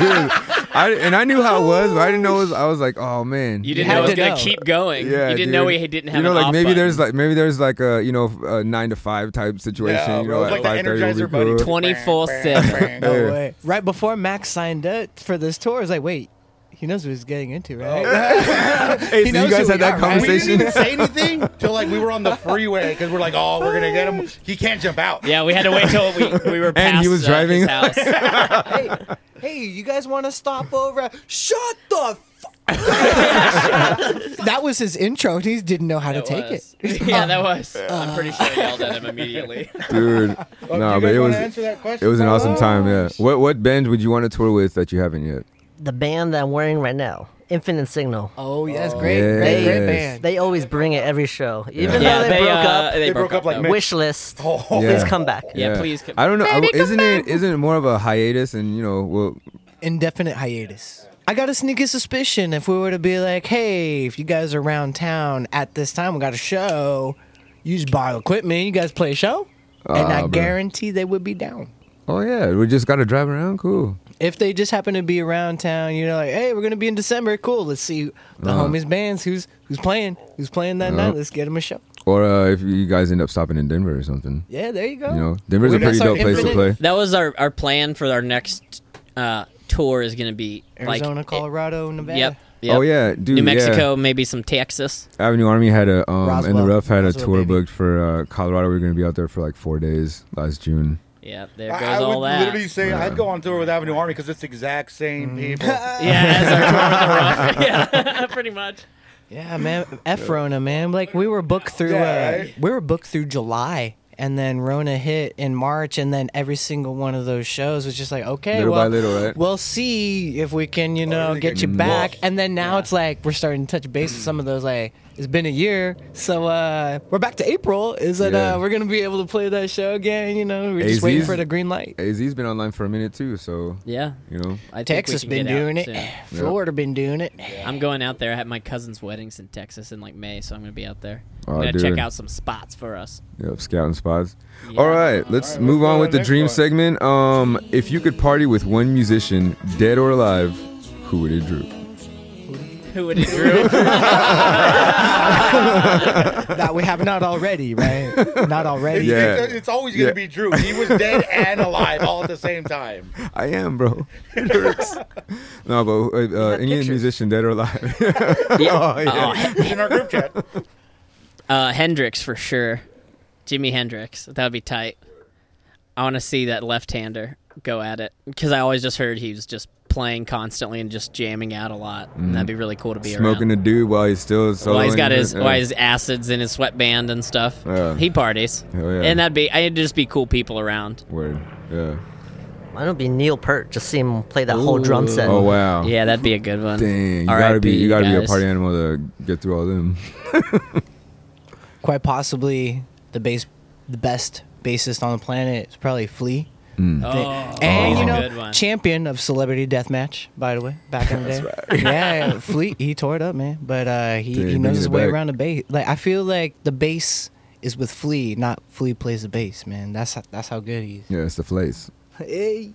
I, and I knew how it was, but I didn't know. It was, I was like, "Oh man,
You
Yeah.
didn't
had
know it was
to
gonna
know.
keep going.
Yeah,
you didn't
dude.
know we didn't have.
You know,
an
like
off
maybe
button.
there's like maybe there's like a you know a nine to five type situation.
Yeah,
you
bro,
know,
it's like
at five
the
thirty would be
Energizer Bunny.
cool.
24/7.
No
Yeah.
way. Right before Max signed up for this tour, I was like, wait, he knows what he's getting into, right?
Hey, so you
knows
guys
who
had
we
that
are, right?
we didn't
conversation.
even say anything till like we were on the freeway because we're like oh we're gonna get him he can't jump out
Yeah, we had to wait till we, we were past
he was
uh, his
driving.
house.
Oh. hey, hey, you guys want to stop over? at- Shut the. fu- that was his intro, and he didn't know how to take it.
yeah, that was. I'm pretty sure I yelled at him immediately.
Dude,
Oh, do you
no, but
guys wanna
it was
answer that
it
question? Oh.
was an awesome time. Yeah. What what band would you want to tour with that you haven't yet?
The band that I'm wearing right now, Infinite Signal.
Oh yes, great,
Yes.
great, great
Yes.
band.
They always bring it every show, even
Yeah,
though they, broke
uh,
up.
They,
broke up like
though.
mid-
wish list.
Oh,
Yeah.
Please come back.
Yeah, please come-
I don't know. I- isn't it isn't it more of a hiatus and you know well
Indefinite hiatus. I got a sneaky suspicion if we were to be like, hey, if you guys are around town at this time, we got a show. You just borrow equipment. You guys play a show, and I
Ah, bro.
guarantee they would be down.
oh yeah we just got to drive around cool.
if they just happen to be around town, you know, like, hey, we're gonna be in December. Cool. Let's see the
Uh-huh.
homies bands. Who's who's playing? Who's playing that night? Let's get them a show.
Or uh, if you guys end up stopping in Denver or something,
Yeah, there you go.
you know, Denver's a
Well,
pretty
that's our
dope place to
infinite-
play.
That was our, our plan for our next uh, tour is going to be like-
Arizona, Colorado, Nevada.
Yep, yep.
Oh yeah, dude.
New
yeah.
Mexico, maybe some Texas.
Avenue Army had a um, and
Roswell.
the Rough had a
Roswell,
tour
baby.
booked for uh, Colorado. We were gonna be out there for like four days last June.
Yeah, there goes
I, I
all
would
that.
literally say I'd go on tour with Avenue Army because it's the exact same
Mm.
people.
Yeah, as our tour with the rock. Yeah, pretty much.
Yeah, man. F Rona, man. Like we were booked through
Yeah,
uh,
right?
we were booked through July and then Rona hit in March and then every single one of those shows was just like, okay,
Little by
well,
little, right?
we'll see if we can,
Oh,
you know,
really
get you
getting
back.
lost.
And then now it's like we're starting to touch base with some of those like it's been a year, so uh, we're back to April. Is that
Yeah.
uh, we're gonna be able to play that show again? You know, we're just waiting
AZ's
for the green light.
AZ's been online for a minute too, so
Yeah.
you know.
I think
Texas
we can
been
get out
doing it,
soon.
Florida been doing it.
I'm going out there. I have my cousin's weddings in Texas in like May, so I'm gonna be out there.
Oh,
I'm gonna check
dude.
out some spots for us.
Yep, scouting spots.
Yeah.
All right, let's move
go
on
to
with
the
the
next
dream
one.
segment. Um, if you could party with one musician, dead or alive, who would it droop?
Who would it drew?
that we have not already, right? Not already.
Yeah.
It's, it's always going
Yeah.
to be Drew. He was dead and alive all at the same time.
I am, bro. It hurts. no, but uh, uh, any musician, dead or alive. Oh, yeah.
He's in our group chat.
uh, Hendrix for sure. Jimi Hendrix. That would be tight. I want to see that left-hander go at it because I always just heard he was just playing constantly and just jamming out a lot. And that'd be really cool to be
Mm-hmm. Smoking
around.
a dude while he's still so.
Why he's got his why his acids in his sweatband and stuff.
Yeah.
He parties,
Hell yeah.
and that'd be I'd just be cool people around.
word. Yeah.
Why don't it be Neil Peart? Just see him play that whole drum set.
Oh wow.
Yeah, that'd be a good one.
Dang, you
R.I.P.,
gotta be you gotta be a
guys.
party animal to get through all them.
Quite possibly the bass, the best bassist on the planet is probably Flea.
Mm.
Oh,
And
he's
you
a
know,
good one.
champion of Celebrity Deathmatch, by the way, back in the day. yeah, yeah, Flea, he tore it up, man. But uh, he,
Dude,
he knows
bringing
his
it
way
back.
around the bass. Like I feel like the bass is with Flea, not Flea plays the bass, man. That's that's how good he is.
Yeah, it's the place.
Hey.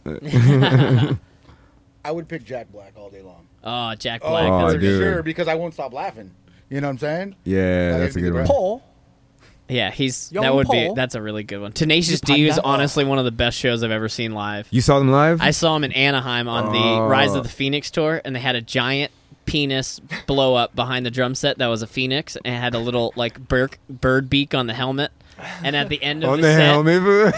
I would pick Jack Black all day long.
Oh, Jack
Oh,
Black.
Oh,
that's
for
dude.
sure, because I won't stop laughing. You know what I'm saying?
Yeah,
That'd
that's a
be
good one.
good.
Paul,
Yeah, he's
Young
that would be
Paul.
that's a really good one. Tenacious
You
D is
panda.
honestly one of the best shows I've ever seen live.
You saw them live?
I saw him in Anaheim on the Rise
Oh.
of the Phoenix tour, and they had a giant penis blow up behind the drum set that was a phoenix and had a little like bird bird beak on the helmet. And at the end of
on
the,
the
set,
helmet.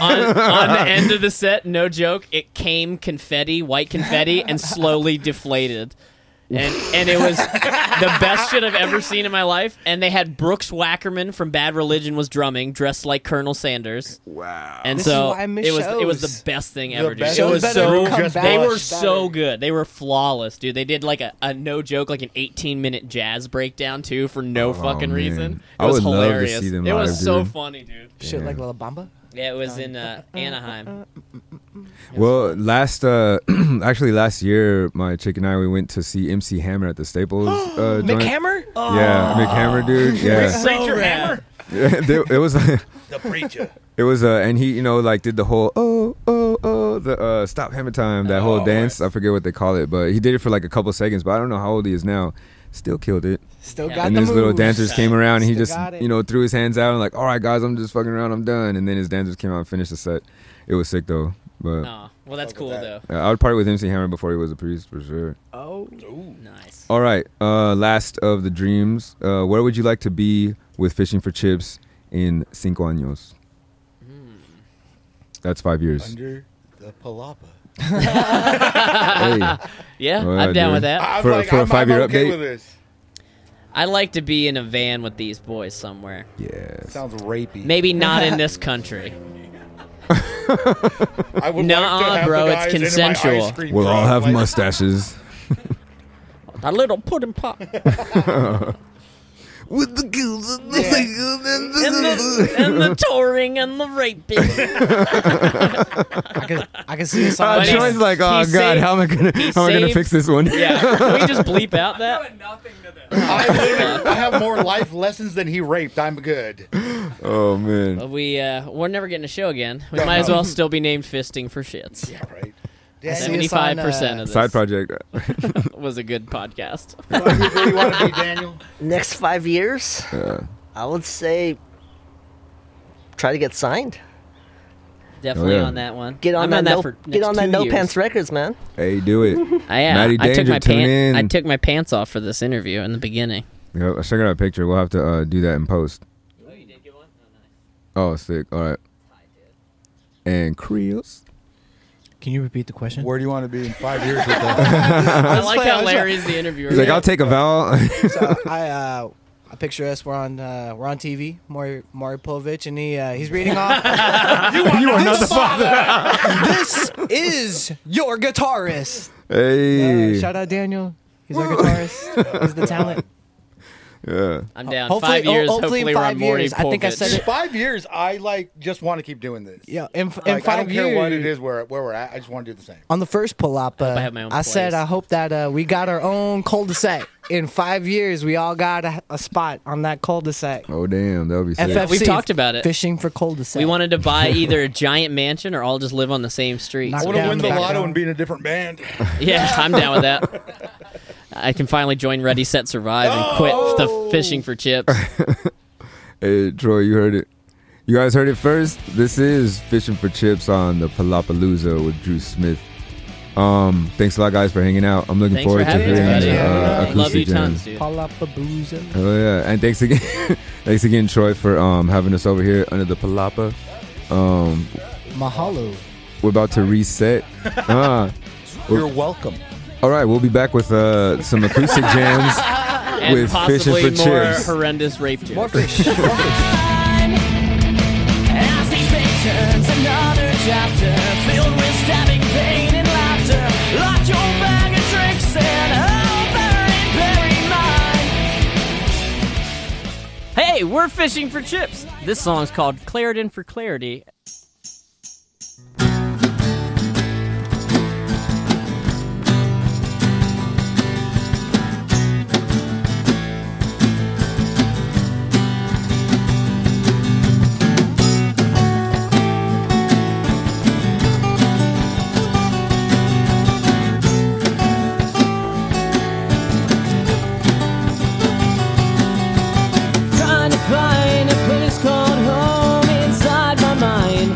on, on the end of the set, no joke, it came confetti, white confetti, and slowly deflated. And and it was the best shit I've ever seen in my life. And they had Brooks Wackerman from Bad Religion was drumming, dressed like Colonel Sanders.
wow.
And
This
so
is why I miss
it was it was
shows.
the best thing ever. dude.
best
It
shows
was
better
so
come
good.
back.
they were
Much
so
better.
good. They were flawless, dude. They did like a, a no joke, like an 18 minute jazz breakdown too for no fucking
Oh, man.
reason. It
I
was
would love to
hilarious.
see them
it was
live,
so
dude.
funny, dude.
shit like La Bamba.
Yeah, it was in uh, Anaheim.
Well, last uh actually last year my chick and I we went to see MC Hammer at the Staples uh joint.
Mick Hammer.
Yeah, Mick Hammer dude. Yeah.
So rad.
it, it was
The preacher.
It was uh, and he you know like did the whole oh oh oh the uh stop hammer time that whole
Oh,
dance I forget what they call it but he did it for like a couple seconds but I don't know how old he is now still killed it
Still
Yeah.
got
and
the
his little
moves.
dancers came around and he
Still
just
got it.
you know threw his hands out and like all right guys I'm just fucking around I'm done and then his dancers came out and finished the set it was sick though but
Aw, well, that's
Fuck
cool
with
though.
that.
uh, I would party with MC Hammer before he was a priest for sure
Oh,
Nice.
all right uh last of the dreams uh where would you like to be with fishing for chips in cinco años Hmm. that's five years
Under the palapa.
hey.
Yeah,
Well,
I'm down
dude.
with that.
I'm
For-
like,
for a
I'm,
five-year
I'm okay
update?
With this.
I'd like to be in a van with these boys somewhere.
Yes.
Sounds rapey.
Maybe not in this country.
I would like
Nuh-uh,
to have
bro,
the
it's
guys in my ice
consensual.
cream
We'll
truck,
all have
like,
mustaches.
A little pudding pop.
With the girls and the
and, the, and the touring and the raping.
I can I can see this
Uh,
on.
But he's-
Sean's like,
he
oh god,
saved-
how am I gonna, how am I gonna
saved-
fix this one?
yeah, can we just bleep out that.
I, literally- I have more life lessons than he raped. I'm good.
Oh man.
But we uh, we're never getting a show again. We
Yeah,
might as
no.
well still be named Fisting for Shits.
Yeah, right.
Yeah,
Seventy five percent of this
Side Oh, project.
was a good podcast.
Where you want to be, Daniel?
Next five years, I would say try to get signed.
Definitely
yeah.
on that one.
Get on
I'm
that,
on
no,
that for
get
next
on that
two
no
years.
pants records, man.
hey, do it.
I, yeah,
Matty
I took
Danger,
my
tune in.
pants. I took my pants off for this interview in the beginning.
Yeah, I check out a picture. We'll have to uh, do that in post. Oh, sick. All right. And Creels.
Can you repeat the question?
Where do you want to be in five years with that?
I like
playing- I
how
was
Larry's the interviewer.
He's like, I'll take a vowel.
so I uh, I picture us we're on uh, we're on TV. Maury Maury Povich and he uh, he's reading off.
you are not the father.
this is your guitarist. Uh,
Hey.
shout out Daniel. He's our guitarist. He's the talent.
yeah.
I'm down.
Hopefully-
five years.
oh,
Hopefully,
hopefully in
we're
five
on Maury
years. I think I
Povich.
said
In five years, I like just want to keep doing this.
Yeah, in, f- in
Like,
five
I don't
years.
care what it is, where where we're at. I just want to do the same.
On the first pull up, uh,
I have my own
I said
place.
I hope that uh, we got our own cul-de-sac. In five years, we all got a, a spot on that cul-de-sac.
Oh, damn. That would be sick.
FFC.
We've talked about it.
Fishing for cul-de-sac.
We wanted to buy either a giant mansion or all just live on the same street.
Knock
I
So-
want to
down,
win the
knock
lotto
down.
and be in a different band.
yeah, I'm down with that. I can finally join Ready Set Survive and quit the fishing for chips.
Hey, Troy, you heard it. You guys heard it first. This is Fishing for Chips on the Palapalooza with Drew Smith. Um, thanks a lot, guys, for hanging out. I'm looking
Thanks for
forward to
having
hearing
us, buddy.
uh,
Yeah.
acoustic
Love you
jams.
tons, dude.
Palapalooza.
Oh yeah, and thanks again, thanks again, Troy, for um, having us over here under the palapa. Um,
Mahalo.
we're about to reset. Uh,
You're welcome.
all right, we'll be back with uh, some acoustic jams.
And
With fishing
possibly
for
more
chips.
horrendous rape jokes.
More fish.
And I see pictures, another chapter filled with stabbing pain and laughter. Lock your bag of tricks and open and bury mine.
Hey, we're fishing for chips. This song's called Claritin for Clarity. Trying to find a place called home inside my mind.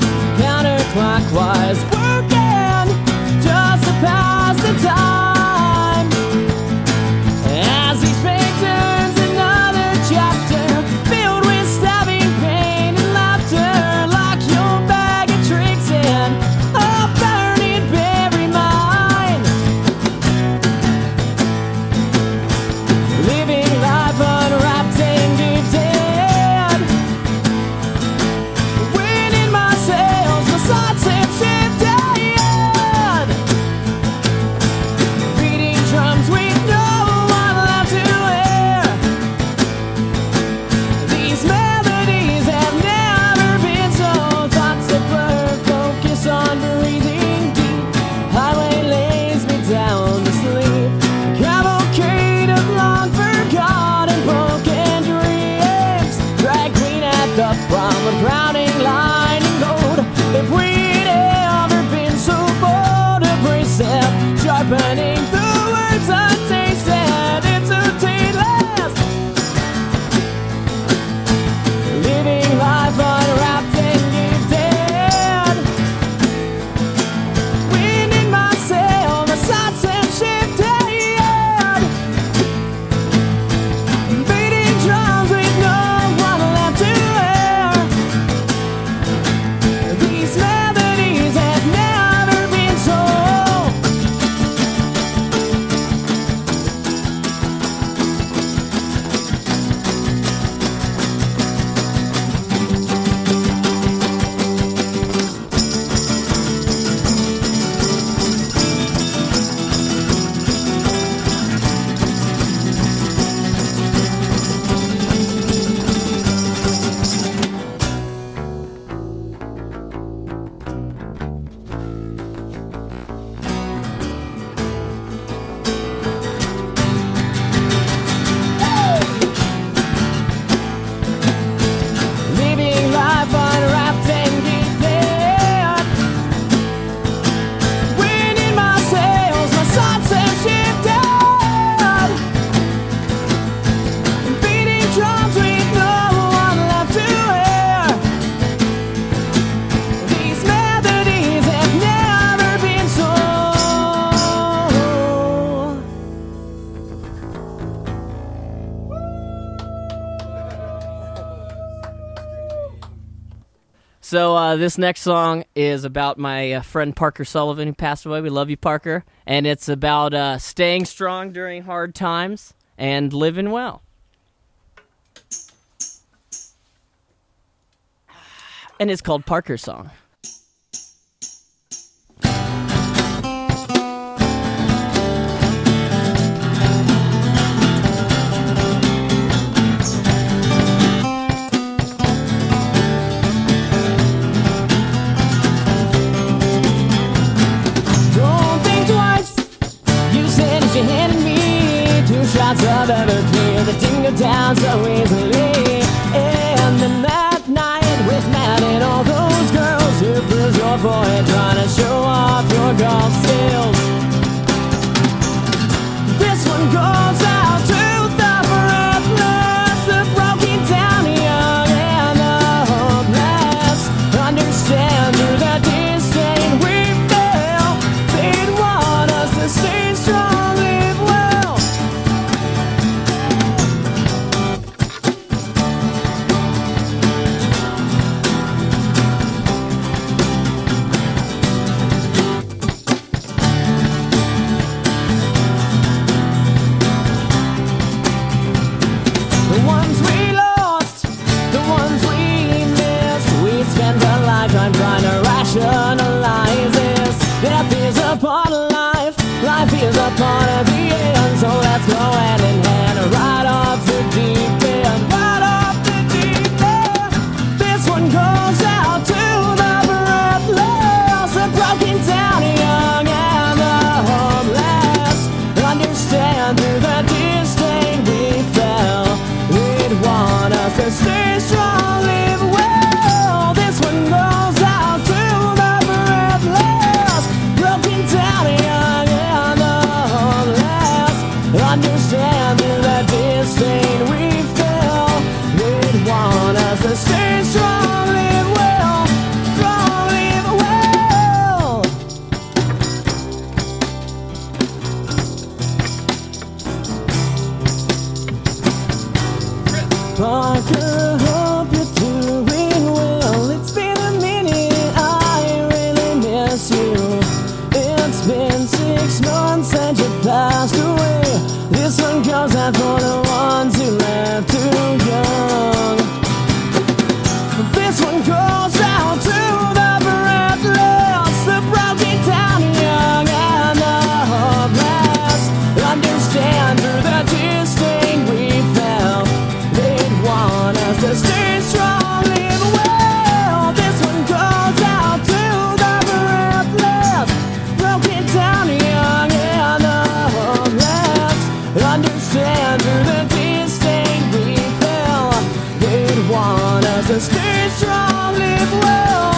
So uh, this next song is about my uh, friend Parker Sullivan who passed away. We love you, Parker. And it's about uh, staying strong during hard times and living well. And it's called Parker's Song.
Don't think twice. You said that you handed me two shots of Everclear that didn't go down so easily. And then that night with Matt and all those girls, you bruised your forehead trying to show off your golf skills. This one goes out to the breathless, the broken down young and the hopeless. Understand through the disdain we feel. They want us to stay strong, live well. The ones we lost, the ones we missed. We spend a lifetime trying to rationalize this. Death is a part of life, life is a part of the end. So let's go hand in hand, right off the deep end, right off the deep end. This one goes out to the breathless, the broken down young and the homeless. Understand through the disdain we fell. They'd want us to stay strong, live well. This one goes out to the breathless, broken down young and the homeless. Understand the disdain we feel. They'd want us to stay strong, live well, strong, live well. Parker, hope you're doing well. It's been a minute, I really miss you. It's been six months since you passed away. This one goes out for the ones who left too young. This one goes out to the breathless, the broken down young and the hopeless. Understand through the disdain we felt, they'd want us to stay strong, live well. This one goes out to the breathless, broken down young and the hopeless. Understand through the disdain we felt, they'd want us to stay strong, live well.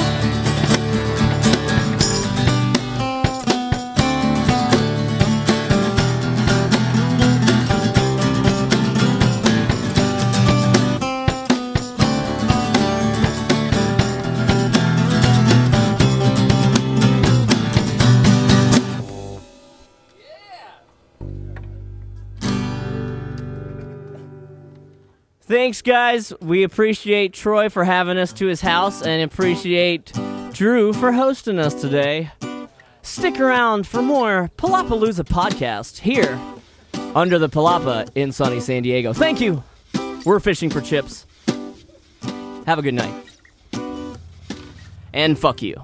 Thanks, guys. We appreciate Troy for having us to his house and appreciate Drew for hosting us today. Stick around for more Palapalooza podcast here under the Palapa in sunny San Diego. Thank you. We're fishing for chips. Have a good night. And fuck you.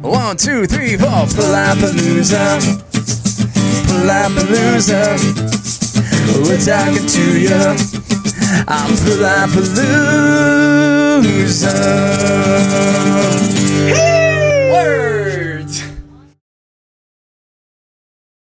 One, two, three, four. Palapalooza. Palapalooza. We're talking to you. I'm Palapalooza. Hey! Word.